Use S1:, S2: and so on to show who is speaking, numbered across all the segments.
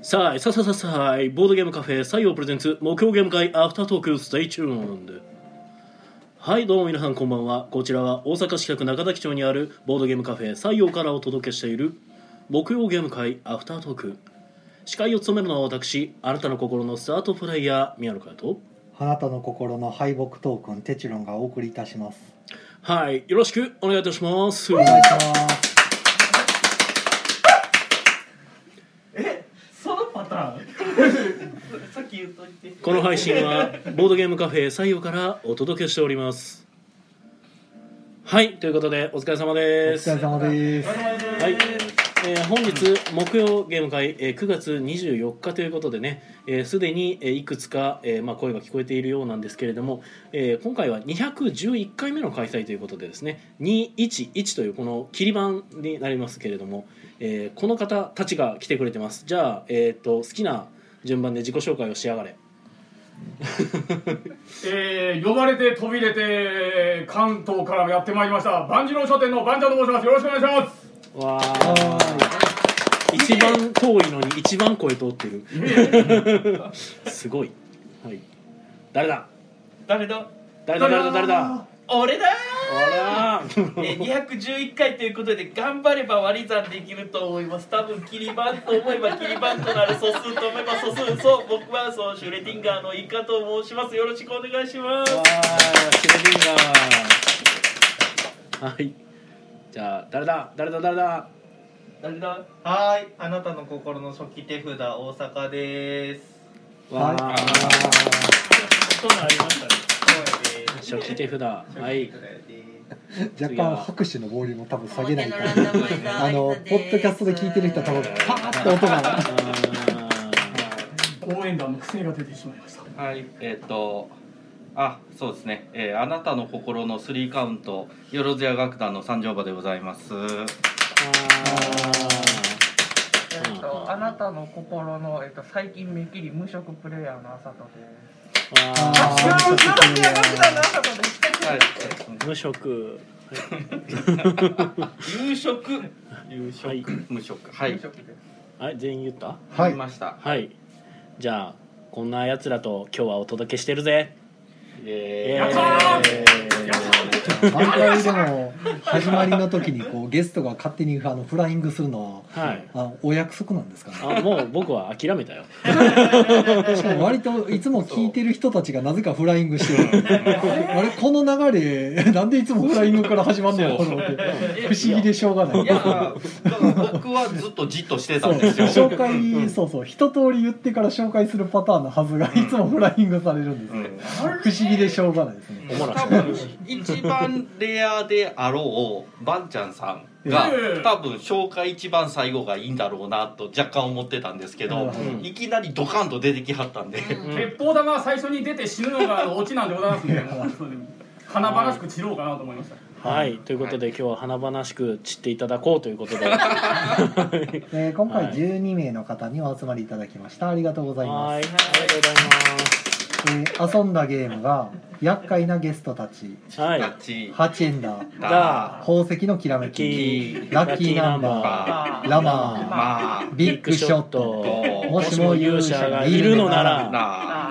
S1: さあいさあさあさあさあいボードゲームカフェ採用プレゼンツ目標ゲーム会アフタートークステイチューンはいどうも皆さんこんばんはこちらは大阪市北区中崎町にあるボードゲームカフェ採用からお届けしている木曜ゲーム会アフタートーク司会を務めるのは私あなたの心のスタートプレイヤー宮野佳代と
S2: あなたの心の敗北トークンテチロンがお送りいたします
S1: はいよろしくお願いいたします
S2: お願いします
S3: そのパターン さっき言っといて
S1: この配信はボードゲームカフェ採用からお届けしておりますはいということでお疲れ様
S2: お
S1: です
S2: 疲れ様です
S1: はい、えー本日木曜ゲーム会、えー9月24日ということでねえーすで、に、えーいくつか、えーまあ、声が聞こえているようなんですけれども、えー今回は211回目の開催ということでですね211というこの切り板になりますけれども、えーこの方たちが来てくれてますじゃあ、えー、と好きな順番で自己紹介をしやがれ
S4: えー、呼ばれて飛び出て関東からやってまいりました万次郎書店の万ちゃんと申しますよろしくお願いします
S1: わー一番遠いのに一番声通ってる すごい、はい、誰だ
S3: 誰だ
S1: 誰だ誰だ誰だ
S3: 俺 だ
S1: あらー
S3: ーえ211回ということで頑張れば割り算できると思います多分切り板と思えば切り板となる素数と思えば素数そう僕はそうシュレディンガーのイカと申しますよろしくお願いします
S1: わーシュレディンガーはいじゃあ誰だ誰だ誰だ
S3: 誰だ
S5: はーい、あなたの心の初期手札大阪です。
S1: わー、
S3: そんなんありましたね
S1: 初期手札はい
S2: 若干拍手のボリュームを多分下げないと
S6: 表のランダマイザー
S2: あのポッドキャストで聞いてる人は多分パーッと音
S1: あ
S2: が
S1: ー
S4: 応援団の癖が出てしまいました
S7: はい、えっ、と、あ、そうですね、えーあなたの心のスリーカウント、よろずや楽団の三条場でございます。
S5: えっと、あなたの心の、えっと、最近めっきり無職プレイヤーのあさとです。
S1: あ
S2: あー
S7: はい、
S1: 無職
S3: 夕食
S7: 夕食、
S1: はい
S7: 無職、はい
S5: 無、職です。
S1: はい全員言った
S2: は
S7: 見
S2: い
S7: ました。
S1: はいじゃあこんなやつらと今日はお届けしてるぜ
S7: え
S4: やった
S1: イエーイ
S2: 毎回でも始まりの時にこうゲストが勝手にあのフライングするの
S1: はい
S2: はあお約束なんですかね
S1: あもう僕は諦めたよ
S2: しかも割といつも聞いてる人たちがなぜかフライング してるあれこの流れなんでいつもフライングから始まるのやろうと思って不思議でしょうがない
S7: いや、だから僕はずっとじっとしてた
S2: そうん
S7: ですよ。
S2: 紹介そうそう一通り言ってから紹介するパターンのはずがいつもフライングされるんですね、
S7: うん
S2: 不思議でしょうがないですね
S1: おもろい
S7: 多分一番レアであろうバンちゃんさんが
S4: ええ
S7: 多分紹介一番最後がいいんだろうなと若干思ってたんですけど、
S2: うん
S7: いきなりドカンと出てきはったんで、
S1: うん
S4: 鉄砲玉が最初に出て死ぬのがオチなんでございますねもう それで華々しく散ろうかなと思いました
S1: はい、ということで、今日は華々しく散っていただこうということでは
S2: えー今
S1: は
S2: 回
S1: い
S2: 12名の方にお集まりいただきましたありがとうございます、
S1: いありがとうござい
S2: えー遊んだゲームが「厄介なゲストたち」
S1: ますはい
S7: タッチ
S2: 「ハチエンダー」
S1: じゃあ
S2: 「宝石のきらめ
S1: キ
S2: き」
S1: ー
S2: ラッキーナンバ
S7: まあ
S2: 「ラマ
S7: まあ
S2: ー」「ビッグショット」
S1: もしも勇者がいるのなら
S7: な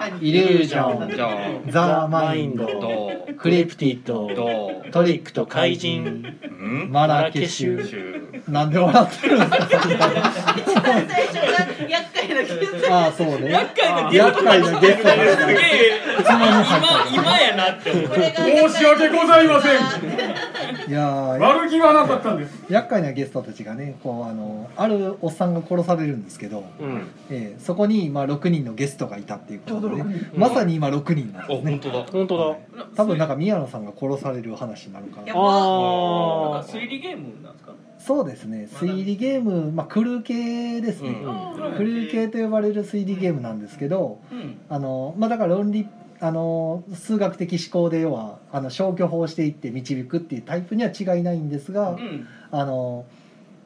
S7: あ
S2: 「イリュージョン」
S7: じゃ
S2: 「ザ・マインド」
S7: ど
S2: 「
S7: う
S2: クリプティッ
S1: どう
S2: ト」
S7: ど
S2: 「
S7: う
S2: トリックと怪人」「
S7: ん
S2: マラケシ
S1: マラケ
S2: ュ」
S7: シュ
S2: なんで笑ってるんですか
S6: 一番最初が厄介な気がする
S2: ああそうね
S3: 厄介なゲス
S2: 厄介なゲスト
S3: トすげ
S2: が
S3: え今今やなって思う
S6: これが
S4: 申し訳ございません
S2: いやー
S4: 悪気はなかったんです
S2: 厄介なゲストたちがねこうあのあるおっさんが殺されるんですけど、
S1: うん
S2: えーそこにまあ6人のゲストがいたっていうことで、ね、まさに今6人なん
S7: あ
S2: ですね
S7: 本当だ
S1: 本当だ
S2: 多分なんか宮野さんが殺される話になるか
S6: や
S2: ら
S6: ば
S3: なん
S1: あ
S3: か推理ゲームなんですか
S2: そうですね推理ゲーム、まあ、クルー系ですね、
S7: うん
S2: クルー系と呼ばれる推理ゲームなんですけど、
S3: うん
S2: あのまあだから論理あの数学的思考で要はあの消去法をしていって導くっていうタイプには違いないんですが、
S3: うん
S2: あの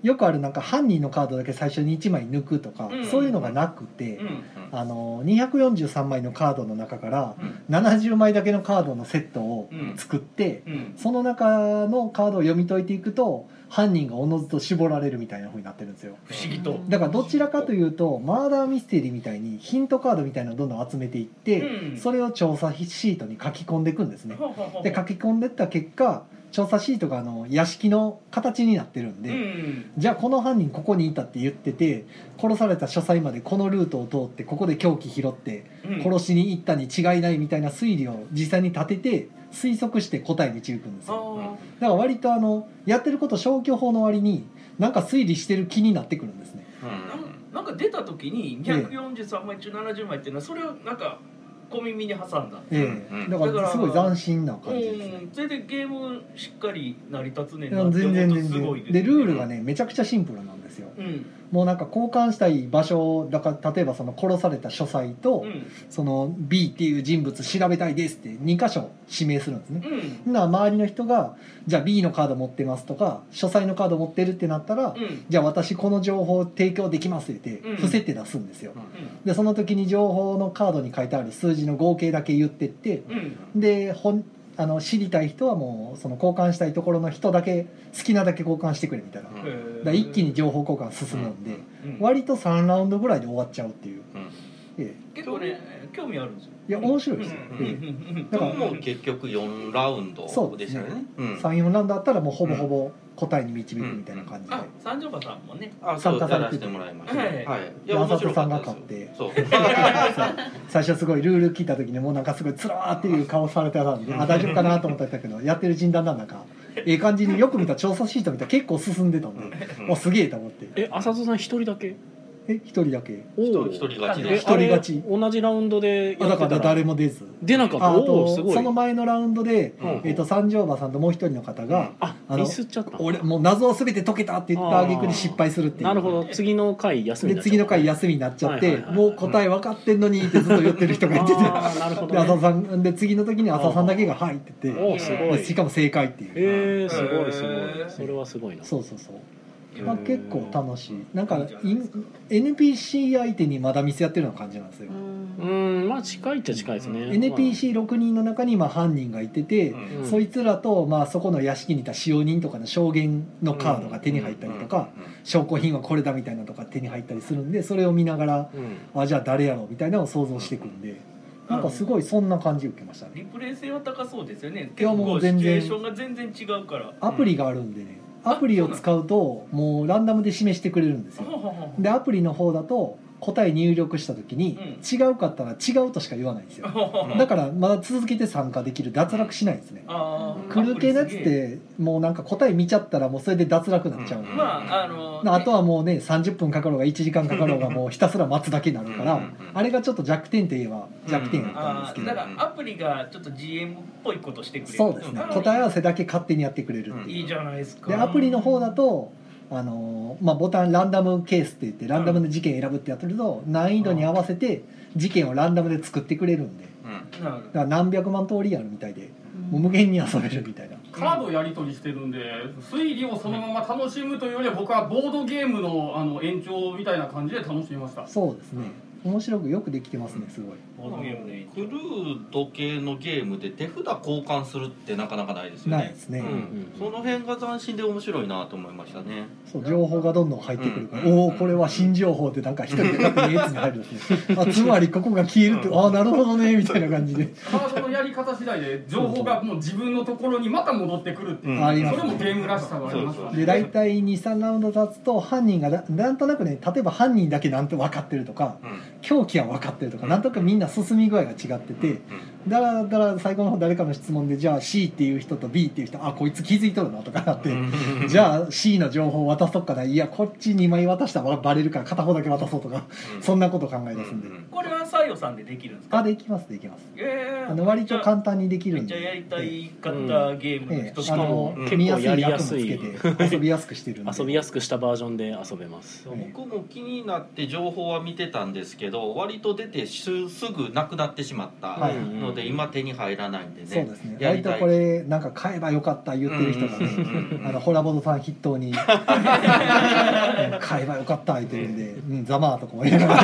S2: よくあるなんか犯人のカードだけ最初に1枚抜くとか、
S3: うん
S2: そういうのがなくて、
S3: うん
S2: あの243枚のカードの中から
S3: うん
S2: 70枚だけのカードのセットを
S3: うん
S2: 作って、
S3: うん
S2: その中のカードを読み解いていくと犯人がおのずと絞られるみたいな風になってるんですよ
S3: 不思議と
S2: だからどちらかというとマーダーミステリーみたいにヒントカードみたいなのをどんどん集めていって、
S3: うん
S2: それを調査シートに書き込んでいくんですね
S3: ほうほうほう
S2: で書き込んでった結果調査シートがあの屋敷の形になってるんで、
S3: うん
S2: じゃあこの犯人ここにいたって言ってて殺された書斎までこのルートを通ってここで凶器拾って
S3: うん
S2: 殺しに行ったに違いないみたいな推理を実際に立てて推測して答えに導くんです
S3: あ
S2: よ
S3: ー
S2: だから割とあのやってること消去法の割になんか推理してる気になってくるんですね
S3: なんなんか出た時に243枚中70枚っていうのはそれをなんか小耳に挟んだ
S2: え
S7: うん
S2: えだからすごい斬新な
S3: う
S2: 感じですね
S3: んそれでゲームしっかり成り立つねん
S2: い
S3: な
S2: や
S3: って
S2: 全然
S3: 思うと
S2: 全
S3: すごい
S2: 然
S3: です
S2: で
S3: ね
S2: ルールがねめちゃくちゃシンプルなんですよ
S3: うん
S2: もうなんか交換したい場所だから例えばその殺された書斎と、
S3: うん
S2: その B っていう人物調べたいですって2箇所指名するんですね。
S3: うん
S2: な周りの人が「じゃあ B のカード持ってます」とか「書斎のカード持ってる」ってなったら「
S3: うん
S2: じゃあ私この情報提供できます」って
S3: うん
S2: 言って伏せて出すんですよ。
S3: う
S2: でその時に情報のカードに書いてある数字の合計だけ言ってって
S3: んうん
S2: でほんあの知りたい人はもうその交換したいところの人だけ好きなだけ交換してくれみたいな。だか
S7: うん
S2: ら一気に情報交換進むんで
S3: うん
S2: 割と3ラウンドぐらいで終わっちゃうっていう。
S7: うん
S2: え
S3: 結構ね興味あるんですよ
S2: えいや面白いですよ。
S7: うん
S2: ええ
S7: で
S2: だから
S7: も結局4ラウンド
S2: そう
S7: で
S2: で
S7: し
S2: す
S7: た
S2: ね
S7: よね。うん
S2: 34ラウンドあったらもうほぼほぼ答えに導くみたいな感じで、
S3: あ三条馬さんもね
S7: あ、そ
S2: 参
S7: う
S2: 加
S7: や
S2: され
S7: ら
S2: て
S7: せ
S2: て
S7: てもらいました。
S3: はい
S7: はい。い
S2: で
S7: や面
S2: 安里
S7: 白か
S2: さ
S7: っ
S2: んが
S7: た
S2: 勝っ
S7: ですよ。
S2: て
S7: そう。
S2: 最初すごいルール聞いた時にもうなんかすごいつらーっていう顔されてたんであ大丈夫かなと思ってたけどやってる人団なんだかええ感じによく見た調査シート見たら結構進んでたんで、
S7: うん
S2: おすげえと思って
S1: え浅田さん一人だけ
S2: え一人だけ
S1: お
S7: 人
S1: お
S7: 一人勝ち
S1: え
S7: で
S2: 一
S7: した。
S2: 人勝ち
S1: あれ同じラウンドで
S2: あだから
S1: ら
S2: 誰も出ず
S1: 出なかった
S2: ああ
S1: おおす
S2: と
S1: ごい
S2: その前のラウンドで、
S7: うん
S2: えっと三条馬さんともう一人の方が
S1: あ
S2: あの
S1: ミスっちゃった
S2: 「俺もう謎を全て解けた」って言った挙句に失敗するっていう
S1: なるほど次の回休みにな
S2: で
S1: っちゃう
S2: 次の回休みになっちゃって、
S1: はいはいはい
S2: もう答え分かってんのにってずっと言ってる人がいてて
S1: あーなるほ
S2: で
S1: ど、
S2: 浅田
S1: ね、
S2: さんで次の時に浅田さんだけが「はい」って言
S1: おおすご
S2: って
S1: い
S2: でしかも正解っていう、
S1: えー、すごいす
S3: へ
S1: ご
S3: ー
S1: いそれはすごいな
S2: そうそうそう、
S1: うん
S2: まあ、結構楽しいなんか
S3: いいんじゃないですか
S2: NPC 相手にまだミスやってるような感じなんですよ、
S1: うーんまあ近いっちゃ近いですね、
S2: NPC6 人の中にまあ犯人がいてて、
S7: うん
S1: うん
S2: そいつらとまあそこの屋敷にいた使用人とかの証言のカードが手に入ったりとか、証拠品はこれだみたいなのとか手に入ったりするんでそれを見ながら
S1: うん
S2: あじゃあ誰やろうみたいなのを想像していくんでなんかすごいそんな感じ受けましたね
S3: リプレイ性は高そうですよね
S2: い
S3: 結
S2: やも
S3: 構
S2: う
S3: シチ
S2: 全
S3: ュ
S2: 然
S3: エーションが全然違う から
S2: アプリがあるんでねアプリを使うともうランダムで示してくれるんです
S3: ほう
S2: よ
S3: ほうほう
S2: でアプリの方だと答え入力した時に違うかったら違うとしか言わないんですよ
S3: ほうほうほう
S2: だからまだ続けて参加できる脱落しないんですね
S3: あー
S2: クルー系のやつってもうなんか答え見ちゃったらもうそれで脱落になっちゃうんで
S7: うん
S3: まああの
S2: あとはもうね30分かかろうが1時間かかろうがもうひたすら待つだけになるか
S7: うん
S2: ら
S7: うん
S2: あれがちょっと弱点といえば弱点やったんで
S3: あ
S2: すけ
S3: ー
S2: ど
S3: だからアプリがちょっと GM っぽいことしてくれる
S2: そうですね
S3: ん
S2: 答え合わせだけ勝手にやってくれるっていう
S3: いいじゃないですか
S2: でアプリの方だとあのーまあ、ボタンランダムケースって言ってランダムの事件選ぶってやってると難易度に合わせて事件をランダムで作ってくれるんで
S7: うん
S3: なるほ
S2: だから何百万通りあるみたいでもう無限に遊べるみたいな
S4: カードをやり取りしてるんで推理をそのまま楽しむというよりは僕はボードゲームのあの延長みたいな感じで楽しみました
S2: そうですね面白くよくできてますねすごい
S3: どボードゲームで
S7: クルード系のゲームで手札交換するってなかなかないですよね。
S2: ないですね
S7: うん
S1: うん
S7: その辺が斬新で面白いなと思いましたね。
S2: そう情報がどんどん入ってくるから、
S7: うん
S2: おおこれは新情報でなんか一人で勝手に A つに入るんですねあつまりここが消えるってああなるほどねみたいな感じで
S4: カードのやり方次第で情報がもう自分のところにまた戻ってくるっていう、
S7: うん
S2: ありま
S4: それ
S2: す
S4: も
S2: ね
S4: ゲームらしさがありますからね
S2: で大体23ラウンド経つと犯人がななんとなくね例えば犯人だけなんと分かってるとか
S7: うん
S2: 凶器は分かってるとかなんとなくみんな進み具合が違っててだらだら最後の方誰かの質問でじゃあ C っていう人と B っていう人あこいつ気づいとるなとかなって
S7: うん
S2: じゃあ C の情報渡そっかないやこっち2枚渡したらバレるから片方だけ渡そうとか
S7: うん
S2: そんなこと考え出すんで
S7: うう
S3: これはサイオさんでできるんですか
S2: あできますできます
S3: ええ
S2: あの割と簡単単にでき
S3: め
S2: る
S3: っ
S2: ん
S3: ち
S2: で
S3: ゃやりた
S2: え
S3: いかったゲームの
S2: え
S3: 一つ
S2: あ
S1: か
S3: の
S1: も
S2: の
S1: 結構
S2: 見やすい
S1: やり
S2: 役
S1: や
S2: も
S1: す
S2: つ
S1: い
S2: けて遊びやすくしてるんで
S1: 遊びやすくしたバージョンで遊べます
S7: そう僕も気になって情報は見てたんですけど割と出てすすぐなくなってしまった
S2: はい
S7: ので今手に入らないんでね。
S2: そうですね
S7: や
S2: 割
S7: り
S2: と
S7: たい
S2: これなんか買えばよかった言ってる人が
S7: うんうんうんうん
S2: あのホラボドさん筆頭 に買えばよかった言ってるんで「うんざまあ」とかも言い ながら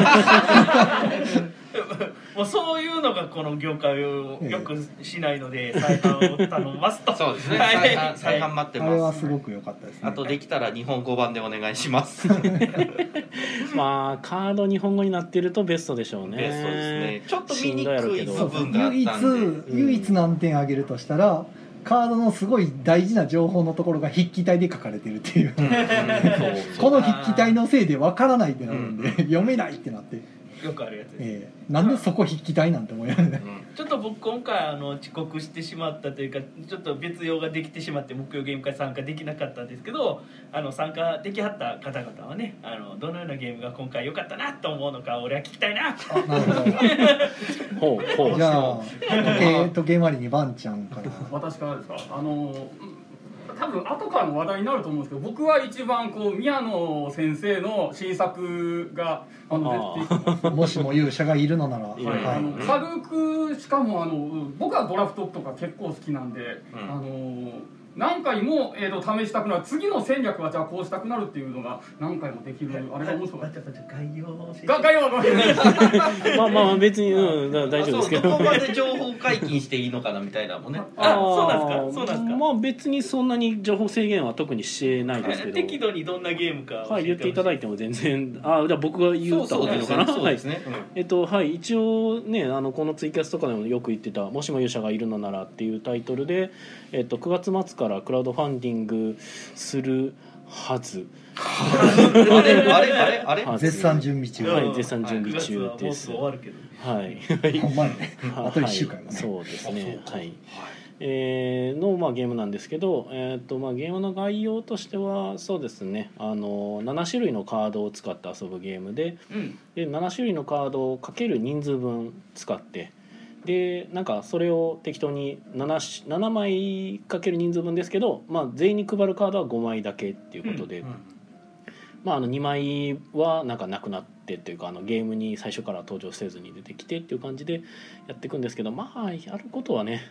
S3: もうそういうのがこの業界をよくしないので再販を頼ますと
S7: そうですね。
S3: はい
S7: 再販再販待って
S2: あれは
S7: ます。
S2: すごく良かったですね
S7: あとできたら日本語版でお願いします。
S1: まあカード日本語になってるとベストでしょうね
S7: ベストですね。ちょっと見
S1: しん
S7: に
S1: どいやろう
S7: く
S1: け
S7: い
S1: ど
S7: 部
S2: そうそう
S7: 分があっ
S2: 唯一
S7: たんで。
S1: ん
S2: 唯一難点挙げるとしたらカードのすごい大事な情報のところが筆記体で書かれてるっていう
S7: うんそうそ
S2: こ
S7: う
S2: の筆記体のせいでわからないってなるんで読めないってなって、
S3: よくあるやつです
S2: えーなんでそこ筆記体なんて思いながらね
S7: うん
S3: ちょっと僕今回あの遅刻してしまったというかちょっと別用ができてしまって木曜ゲーム会参加できなかったんですけどあの参加できはった方々はねあのどのようなゲームが今回良かったなと思うのか俺は聞きたいな
S2: あなるほど
S1: ほうほう
S2: じゃあ時計時計回りにバンちゃんから
S4: 私からですかあのうん多分後からの話題になると思うんですけど僕は一番こう宮野先生の新作があの出てきて
S2: もしも勇者がいるのなら、はいい
S1: や
S4: あの軽くしかもあのうん僕はドラフトとか結構好きなんで、
S7: うん
S4: あの何回も、えー、と試したくなる次の戦略はじゃあこうしたくなるっていうのが何回もできるあれが面白か っ
S3: ちょっと概要を教えて
S4: たが概要はごめんなさい
S1: まあまあ別に、うん、だ大丈夫ですけ
S7: あそう
S1: ど
S7: こまで情報解禁していいのかなみたいなのもね。
S3: あ
S1: ー
S3: そうなんですかそうなんですか
S1: まあ別にそんなに情報制限は特にしてないですけど
S3: 適度にどんなゲームか
S1: はい言っていただ
S3: いて
S1: いても全然あじゃあ僕が言った方がいいのかな
S7: そう
S1: は
S7: で
S1: い
S7: すね。うん
S1: えっとはい、一応ねあのこのツイキャスとかでもよく言ってた「もしも勇者がいるのなら」っていうタイトルで、えっと、9月末からクラウドファンディングするはず
S7: あれあれあれあれ。
S1: はず
S2: 絶賛準備中、
S1: は
S2: はいい、
S1: 絶賛準備中です
S3: もう終わるけど
S1: はい
S2: ほんまにね
S1: はい
S2: あと1週間やね
S1: そうですね
S7: あそうか
S1: はいえーの、まあ、ゲームなんですけど、えーっとまあ、ゲームの概要としてはそうですねあの7種類のカードを使って遊ぶゲームで
S3: うん
S1: で7種類のカードをかける人数分使ってでなんかそれを適当に 7, 7枚かける人数分ですけど、まあ、全員に配るカードは5枚だけっていうことで、まあ、あの2枚はなんかなくなってっていうかあのゲームに最初から登場せずに出てきてっていう感じでやっていくんですけどまあやることはね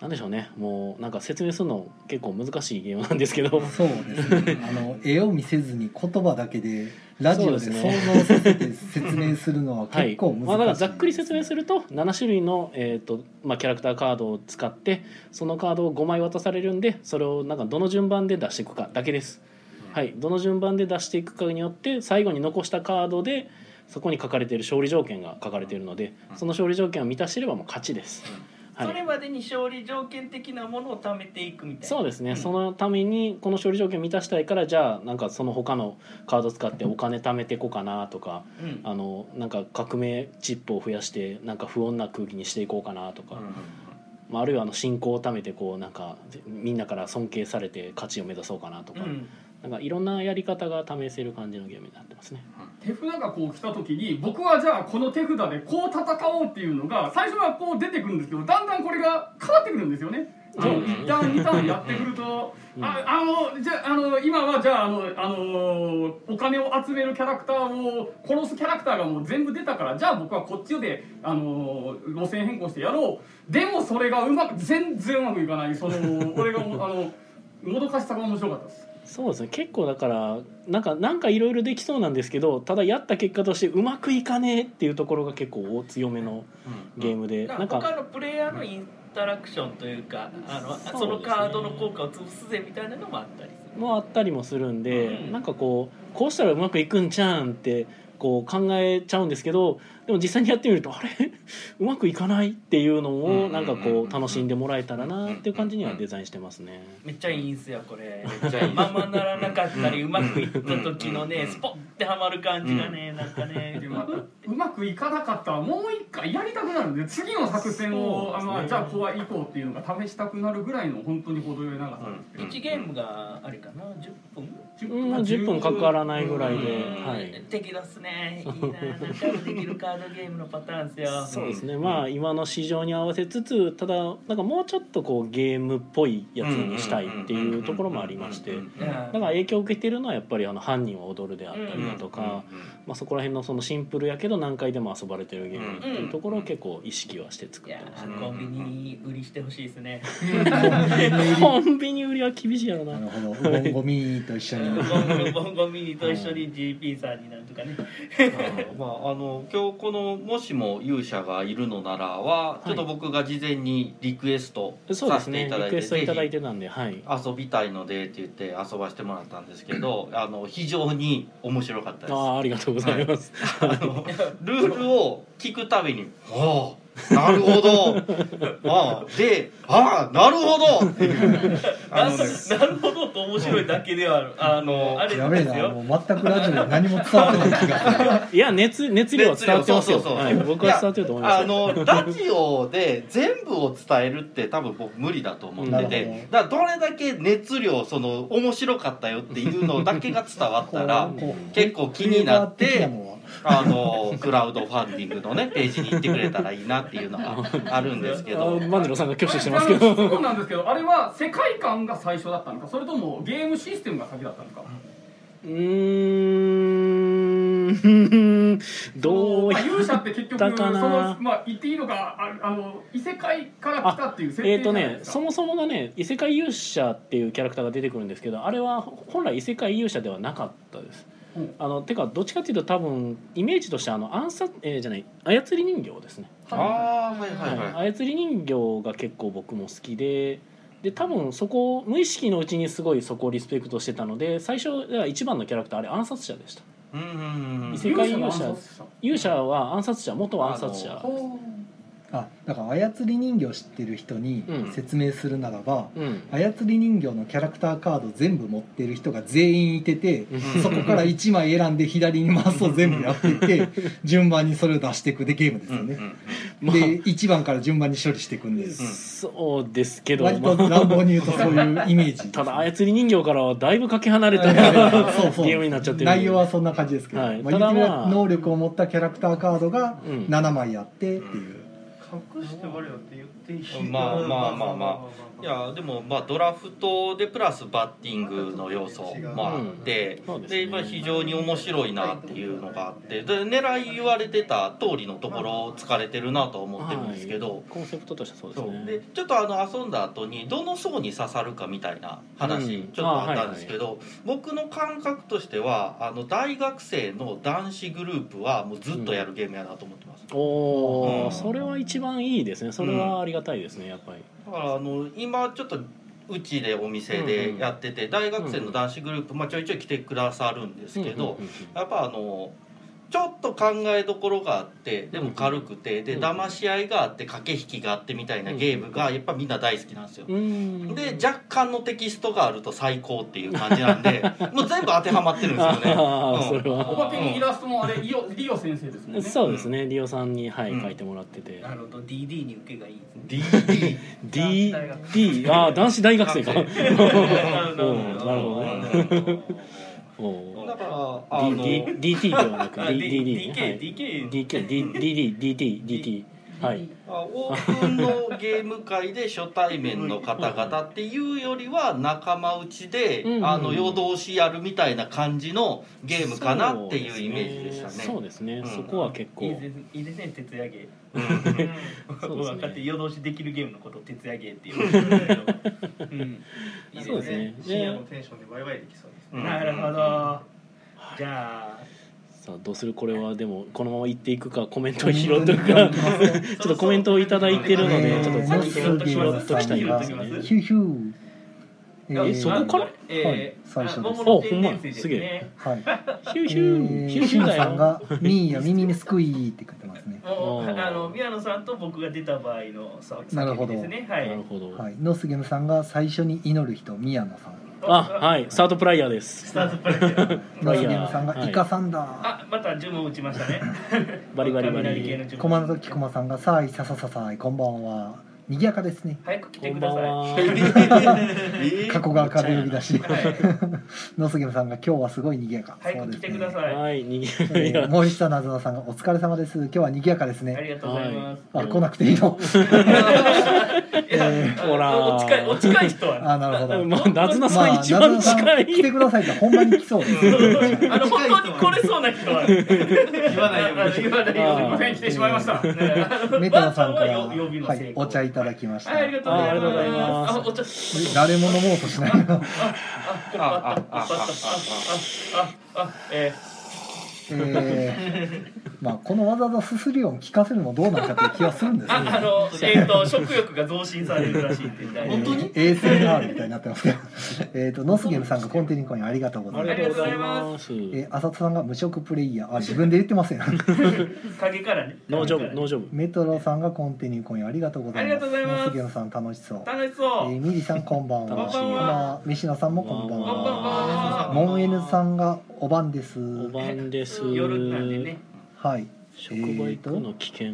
S1: なんでしょうねもうなんか説明するの結構難しいゲームなんですけど。
S2: そうですねあの絵を見せずに言葉だけでラジオで
S1: そう
S2: 想
S1: ですね
S2: 像させて説明するのは
S1: はい
S2: 結構難しい、
S1: まあ、だからざっくり説明すると7種類の、えーとまあ、キャラクターカードを使ってそのカードを5枚渡されるんでそれをなんかどの順番で出していくかだけです、はい、どの順番で出していくかによって最後に残したカードでそこに書かれている勝利条件が書かれているのでその勝利条件を満たしてればもう勝ちです、は
S3: それ
S1: い、
S3: までに勝利条件的なものを貯めていくみたいな
S1: そうですね、そのためにこの勝利条件を満たしたいからじゃあなんかその他のカード使ってお金貯めていこうかなとか
S3: うん
S1: あのなんか革命チップを増やしてなんか不穏な空気にしていこうかなとか、まあ、あるいはあの信仰を貯めてこうなんかみんなから尊敬されて勝ちを目指そうかなとか,、
S3: うん
S1: なんかいろんなやり方が試せる感じのゲームになってますね。
S4: 手札がこう来た時に僕はじゃあこの手札でこう戦おうっていうのが最初はこう出てくるんですけどだんだんこれが変わってくるんですよね。
S1: う
S4: あの
S1: ん
S4: 一旦二段やってくると、ああのじゃああの今はじゃああのあのお金を集めるキャラクターを殺すキャラクターがもう全部出たからじゃあ僕はこっちであの路線変更してやろうでもそれがうまく全然うまくいかないその俺があのもどかしさが面白かったです。
S1: そうですね結構だからなんかなんかいろいろできそうなんですけどただやった結果としてうまくいかねえっていうところが結構強めのゲームで、
S3: な
S1: なんん
S3: か
S1: か
S3: 他のプレイヤーのインタラクションというかあのそ,、
S1: そう
S3: の
S1: ですね
S3: カードの効果を潰すぜみたいなのもあったりす
S1: もあったりもするんで、
S3: うん
S1: なんかこうこうしたらうまくいくんじゃうんってこう考えちゃうんですけどでも実際にやってみるとあれ うまくいかないっていうの
S7: うんうんうんう
S1: を
S7: ん
S1: なんかこう楽しんでもらえたらなっていう感じにはデザインしてますね。
S3: るめっちゃいいんすよこれ
S7: めっちゃいい
S3: まんまならなかったり
S7: う
S3: うんまくいった時の
S7: う
S3: ね
S7: ん
S3: スポッてはまる感じがねなんかね
S4: でまた うまくいかなかったらもう一回やりたくなるんで次の作戦を、あ
S1: そうですね
S4: まあ、じゃあこうは行こうっていうのが試したくなるぐらいの本当に程よい長さですけ
S3: 1
S4: ど、
S3: ゲームがあれかな10分
S1: うんまあ10分かからないぐらいで、
S3: うん
S1: はい。
S3: 敵だっすねいいな何回もできるカードゲームのパターンですよ
S1: そうですね、まあ今の市場に合わせつつただなんかもうちょっとこうゲームっぽいやつにしたいっていうところもありまして
S7: う
S1: だ
S7: ん
S3: うん
S1: から影響を受けてるのはやっぱりあの「犯人は踊る」であったりだとか、まあ、そこら辺のそのシンプルやけど何回でも遊ばれてるゲームっていうところを結構意識はして作
S3: い
S1: って
S3: や
S1: ます
S3: ー
S1: ね。
S3: コンビニに売りしてほしいですね
S1: コンビニ売りは厳しいやろな
S2: なるほど。ゴンゴミと一緒に。
S3: ボンゴミニと一緒に GP さんになんとかね
S7: まあ、あの今日この「もしも勇者がいるのならは」
S1: い
S7: ちょっと僕が事前にリクエスト
S1: そう
S7: さ
S1: です
S7: せて
S1: ね
S7: いた
S1: リ
S7: だい
S1: ク
S7: て
S1: エストいただい
S7: ぜ
S1: てたんではい
S7: ひ遊びたいのでって言って遊ばせてもらったんですけどあの非常に面白かったです
S1: あ。あありがとうございます、
S7: あのルールを聞くたびに「ああなるほど」ああで「ああなるほど」っていうあ
S3: な
S7: のね
S3: なるほどと面白いだけではあるあのあれ
S2: や
S3: な
S2: べえ
S3: んです
S2: な、
S3: よ
S2: もう全くラジオで何も伝わってない気がす
S1: い
S2: る。
S1: や熱熱量は伝わってますよ
S7: 熱量そうそうそう
S1: はい僕は伝わってると思います
S7: あのラジオで全部を伝えるって多分僕無理だと思って
S2: うんなる
S7: てだからどれだけ熱量その面白かったよっていうのだけが伝わったら
S2: こう
S7: 結構気になっ
S2: フレーバー的な
S7: て
S2: のは
S7: あのクラウドファンディングのねページに行ってくれたらいいなっていうのはあるんですけど
S1: あ。万次郎さんが挙手してますけ
S4: ち なみに
S1: ど
S4: 質問なんですけど、あれは世界観が最初だったのか、それともゲームシステムが先だったのか。
S1: うーん どう
S4: まあ
S1: や
S4: 勇者って結局、そ
S1: だかな
S4: の、まあ、言っていいのか、あ、あの、異世界から来たっていう設
S1: えー
S4: 定じ
S1: と
S4: ゃない
S1: ね
S4: ですか。
S1: そもそもがね異世界勇者っていうキャラクターが出てくるんですけどあれは本来異世界勇者ではなかったです
S4: うん。
S1: あのてかどっちかっていうと多分イメージとしてあの暗殺、えーじゃない操り人形ですね、
S7: あーはいはいはい
S1: はい、操り人形が結構僕も好きでで多分そこ無意識のうちにすごいそこをリスペクトしてたので最初では一番のキャラクターあれ暗殺者でした
S7: うんうんうん
S1: 異世界勇者
S4: の暗殺者
S1: 勇者は暗殺者元暗殺者
S4: ほ
S2: あ、だから操り人形知ってる人に
S1: うん
S2: 説明するならば、
S1: うん
S2: 操り人形のキャラクターカード全部持ってる人が全員いてて、
S7: うん
S2: そこから1枚選んで左に回すを全部やっ てって、順番にそれを出していくでゲームですよね。
S1: まあ
S2: で、1番から順番に処理していくんです。
S1: そうですけど、
S2: 割と
S1: まあ
S2: 乱暴に言うとそういうイメージ。
S1: ただ操り人形からはだいぶかけ離れた
S2: いやいやいやそうそう
S1: ゲームになっちゃってる
S2: 内容はそんな感じですけど、
S1: はい
S2: ま
S1: た
S2: あ、言っ
S1: だ
S2: て
S1: ま
S2: み
S1: あ
S2: れば能力を持ったキャラクターカードが
S1: うん
S2: 7枚あってっていう、
S5: 隠して我よって言っていい
S7: まあまあまあまいやでもまあドラフトでプラスバッティングの要素もあって、
S1: そうですね
S7: でまあ非常に面白いなっていうのがあってで狙い言われてた通りのところを疲れてるなとは思ってるんですけど、
S1: はいコンセプトとしてはそうです
S7: そう
S1: ね
S7: でちょっとあの遊んだ後にどの層に刺さるかみたいな話、
S1: うん
S7: ちょっとあったんですけど、僕の感覚としてはあの大学生の男子グループはもうずっとやるゲームやなと思ってます、
S1: お
S7: う
S1: お
S7: ん
S1: それは一番いいですねそれはありがたいですねやっぱり
S7: だからあの今ちょっとうちでお店でやってて、大学生の男子グループ、まあ、ちょいちょい来てくださるんですけど、
S1: うんうん
S7: やっぱあのちょっと考えどころがあってでも軽くてで
S1: うん
S7: 騙し合いがあって駆け引きがあってみたいなゲームがやっぱみんな大好きなんですよ。
S1: うんうん
S7: で若干のテキストがあると最高っていう感じなんで もう全部当てはまってるんですよね。
S1: あー
S7: うん
S1: それ
S4: うお
S1: は
S4: まけにイラストもあれ、リオ、リオ先生ですもんね。
S1: そうですねリオさんにはい
S7: うん
S1: 書いてもらってて
S3: なるほど DD に受けがいいですね
S1: D
S7: DD
S5: 男子大学
S1: D あー男子大学生か
S7: 男
S3: なるほど
S1: うんなるほどねおー
S7: だからあの
S1: D D DT ではなく
S3: あ
S1: D D D ね
S3: DK
S1: はい
S3: DK
S1: DK D D D DT DT はい
S7: あオープンのゲーム会で初対面の方々っていうよりは仲間内で
S1: うん
S7: あの夜通しやるみたいな感じのゲームかなっていうイメージでしたね。
S1: そうですね。
S7: うん
S1: そこは結構
S3: いいですねいいですね徹夜芸
S7: うん
S1: そうですね
S3: 分かって夜通しできるゲームのことを徹夜芸っていうんですけどうんいいです
S1: そうですね
S5: 深夜のテンションでワイワイできそうですね
S7: うん
S3: なるほどじゃあ
S1: さあどうするこれはでもこのまま行っていくかコメントを拾っていくかちょっとコメントをいただいてるの
S2: え
S1: で
S2: ー
S1: ちょっと
S3: 先拾っときます
S1: 拾っときたいです
S3: 先拾っときま
S1: ね
S3: す
S2: ヒューヒュー、
S1: えそこから
S2: はい最初です
S3: 桃の天然水ですね
S2: はい、
S1: ヒューヒュー
S2: えー
S1: ヒ
S2: ヒ
S1: ューヒ
S2: ューヒ
S1: ュ
S2: ュ
S1: ーだ
S2: ーさん
S1: よ
S2: が「ミーや耳にすくい」って書いてますね、
S3: もう
S1: あー
S3: あの宮野さんと僕が出た場合のそう
S2: なるほど
S3: ですねは
S1: ないるほど
S2: はい、ノスゲムさんが「最初に祈る人宮野さん
S1: あはいサードプライヤーで
S3: ス
S1: す
S3: タートプレイヤー」
S2: ノスゲムさんが「イカさんだ」
S3: あまた呪文打ちましたね
S1: バリバリバリ
S3: 雷系の呪文
S2: 駒の時駒さんが「さあいささささいこんばんは」賑やかですね
S3: 早く来
S1: こ
S3: て
S1: ん
S3: く
S1: ばん
S3: ださい。は
S1: は。
S2: 加古川カル呼び出し
S3: い、
S2: 野杉さんが今日はすごい賑やか
S3: 早
S2: そうで
S3: く来
S2: す
S3: て
S2: ね
S3: ください。
S1: はい、にぎ
S2: え
S1: や
S2: ー森下なずなさんがお疲れ様です今日は賑やかです
S3: あり
S2: ね
S3: がとうございます。
S2: あ来なくていいの
S3: いや
S2: え
S1: ーほら
S3: お近いお近い人は、
S2: あなるほど
S1: まあ、夏菜さん一
S2: な
S1: 番
S2: ずな
S1: 近
S2: さん来て
S1: い。
S2: くださいってほんまに来そうです
S3: あの本当に来れそうな人は
S7: 言わないよ
S3: あ
S7: う
S3: の言わ
S7: に
S3: ない
S4: すい
S3: よ
S4: ません来てしまいました
S3: うにねあの
S2: メタナさんから、
S3: ワンちゃんはよ呼び
S2: は
S3: ます
S2: い、お茶いただきました
S3: はいありがとうござ
S1: あ
S3: います。
S1: ありがとうございます。
S3: あお茶
S2: 誰も飲もうとしないの、
S7: ああああ
S3: ああえ
S2: えーまあ、このわざわざすすり音聞かせるのもどうなんかという気がするんです
S3: ー、ああ
S2: ね
S3: のえっ、と食欲が増進されるらしいって言った
S7: 本当に
S2: ASMR みたいになってますけど えーとノスゲムさんがコンティニコインありがとうございます
S3: ありがとうございます
S2: えー浅田さんが無職プレイヤーあ自分で言ってません
S3: 陰からね。
S1: ノージョブ、ノージョブ。
S2: メトロさんがコンティニューコインありがとうございます
S3: ありがとうございます
S2: ノスゲムさん楽しそう、え
S3: 楽しそう。
S2: ー、ミリさんこんばんは
S1: こんばんは
S2: 西野さんもこんばん
S3: こんばん
S2: は
S3: は。
S2: モンエヌさんがおばんです
S1: お晩です。
S3: 夜なんでね。
S2: はい
S1: 職場行くの危険。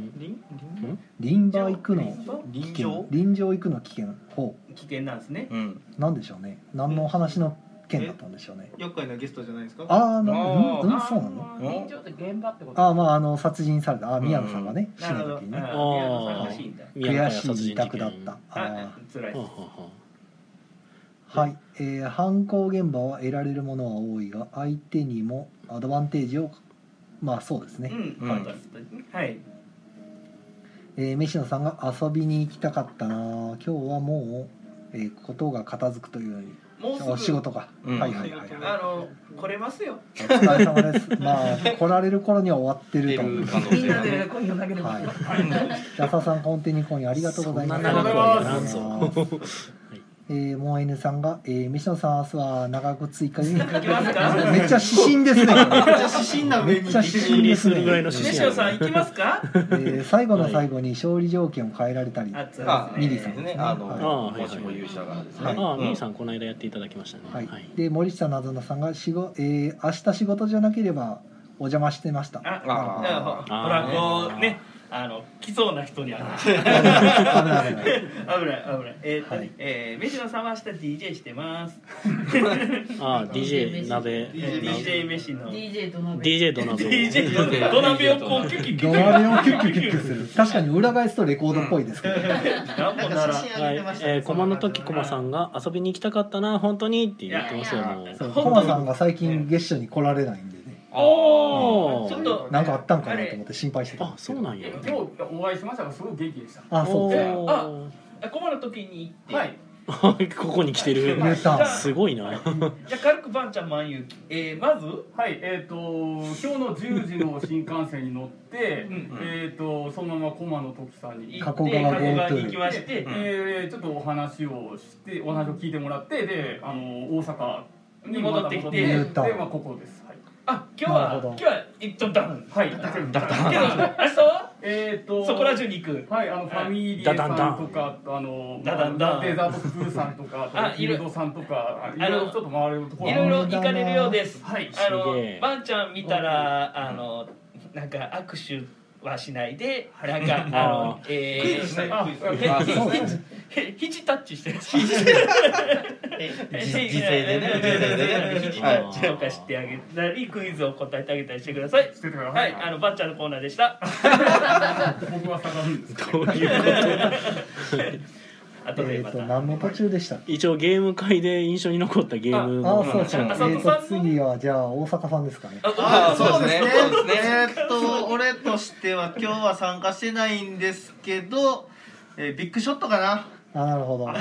S2: 臨場行くの
S7: 臨
S2: 危険
S7: 場
S2: 臨場行くの危険ほ
S3: 危険なんですね。
S7: うん
S2: うなんでしょうね何のお話の件だったんでしょうね
S8: 厄介なゲストじゃないですか
S2: ああな
S7: あー
S2: うんうんそうなの
S3: あ
S7: うん
S5: 臨場って現場ってこと
S2: ああまああの殺人されたあー宮野さんがね
S3: ー
S2: 死
S3: な
S2: ぬ
S3: るほど。
S2: 時にね
S3: あー宮野さんらしいんだ。
S1: 宮
S2: 悔
S1: 川
S2: しい
S1: 殺
S2: 自
S1: 人事
S2: 宅
S1: 件
S2: だったあ
S3: あ、辛い
S1: はあは
S3: です。
S1: あは
S2: あはい、えー犯行現場は得られるものは多いが相手にもアドバンテージをまあそうです
S3: う
S2: ね、
S3: ん、
S7: うん
S3: 簡単ですはい。
S2: えー、飯野さんが遊びに行きたかったな今日はもう、えーことが片付くというより
S3: もうすぐ
S2: お仕事か、
S7: うん
S2: はいはいはい、はい、
S3: あの来れま すよ。
S2: お疲れ様です。まあ来られる頃には終わってる
S7: 出
S2: と思い
S7: る
S2: ます。
S7: 可能
S5: みん
S7: 性
S5: な
S7: がね
S5: でコインを投げてますよ
S2: はい。安田さんコンティニーコインありがとうございます。
S1: そんな長
S4: くは
S1: ならんぞ
S2: ありがとうござい ますえー、モアイヌさんが、えー、西野さん明日は長靴追加に。めっ
S3: 行きま すか。
S2: ちゃ指針ですね。
S7: めっちゃ指針な上に
S2: めっちゃ
S1: あ。
S2: 指
S1: 一
S2: 針
S1: リ
S2: で
S1: す
S2: す
S1: るぐらい
S2: ね。
S1: の指
S3: 西野
S1: 針。
S3: さん行きます か。
S2: えー、最後の最後に勝利条件を変えられたり。
S3: あ、そう
S7: あ
S3: で
S2: ミ
S3: す
S2: リ
S3: ね。
S2: さん
S7: ねあの
S1: はい
S7: もしも勇者がですね
S1: ああ、ミーさ
S7: ん
S1: んこの間やっていただきましたね。
S2: はい。で森下なずなさんが仕事、えー、明日仕事じゃなければお邪魔してました。
S3: あ、
S7: あ
S3: だからほほら、こうね、あの、来そうな人には。危ない、
S2: 危ない危ない。
S3: 危ない。えーっと
S2: はい
S3: ね、えー、メシノさんは明日 DJ して ます。
S1: ああ、DJ 鍋。
S3: DJ メ シの。
S6: DJ と鍋
S1: DJ ドナ ブ。
S3: DJ 土鍋をこうキュキュキ
S2: ド
S3: ュ
S2: ラレをキュッキュキュッキュする。確かに裏返すとレコードっぽいですけど。
S3: なんもなら
S8: 写
S3: い
S8: 真上げてましたね
S1: えー、コマの時コマさんが遊びに行きたかったな本当にって言ってますよもう
S2: そう
S3: 本
S2: コ
S3: 当に
S2: マさんが最近月初に来られないんでね
S3: おーちょっと
S2: なんかあったんかなと思って心配してた
S1: あそうなんんや
S4: え今日お会いしましたがすごい元気でした
S2: あそうか
S1: おー
S3: あコマの時に行って、
S4: はい
S1: こ こに来てる
S2: 言った
S1: すごいな
S3: じゃあ軽くバンちゃん万有、えー、まず
S4: はいえっ、と今日の10時の新幹線に乗って、
S3: うん
S4: えっ、とそのまま駒野時さんに
S3: 行
S4: 行っ、
S2: 加
S3: っ
S2: 古
S3: て
S2: 川
S3: 加古川に
S2: GoTo
S3: 行きましてて、
S4: えーちょっとお話をしてお話を聞いてもらってであの大阪に
S2: 戻
S3: に
S4: また
S2: ってきて
S4: で、まあ、ここですはい
S3: あ今日
S2: なる
S3: は
S2: ほど
S3: 今日は一丁ダウ ン
S4: はい
S7: ダダ
S3: 今日は明日は
S4: えっ、と
S3: そこら中に行く
S4: はい、あのファミリーさんとか、あの、
S3: ダダンダン
S4: デザートプーさんとか、
S3: あ
S4: あとギルドさんとか、い
S3: いろ
S4: ろいろちょっと回れるところ。
S3: いろいろ行かれるようです
S4: はい
S3: あの
S1: すげえ
S3: バンちゃん見たらあのなんか握手はしないでなんかあのえ
S7: クイズしたい
S3: ー
S7: クイズ
S4: あ
S7: あ
S2: そ
S7: そう
S2: う
S7: ですね
S3: ひ肘タッチしてる
S7: 時勢でね時勢でね
S3: 肘タッ
S7: は
S3: チとかしてあげたりクイズを答えてあげたりしてください
S4: しててくださ。
S3: はいいあのバンちゃんのコーナーでした
S4: 僕は探すんですけ
S1: ど
S4: ど。
S1: ういうこ
S3: あとで
S2: え
S3: ま
S2: っと
S3: た
S2: 何の途中でしたっけ
S1: と一応ゲーム会で印象に残ったゲーム
S2: あ
S1: の
S2: そうそうえ
S3: あそう
S2: っと次はじゃあ大阪さんですかね
S7: あそうですね
S8: そう
S7: そう
S8: で
S7: ですすね
S8: ねえーっと俺としては今日は参加してないんですけど、えービッグショットかな
S2: あなるほど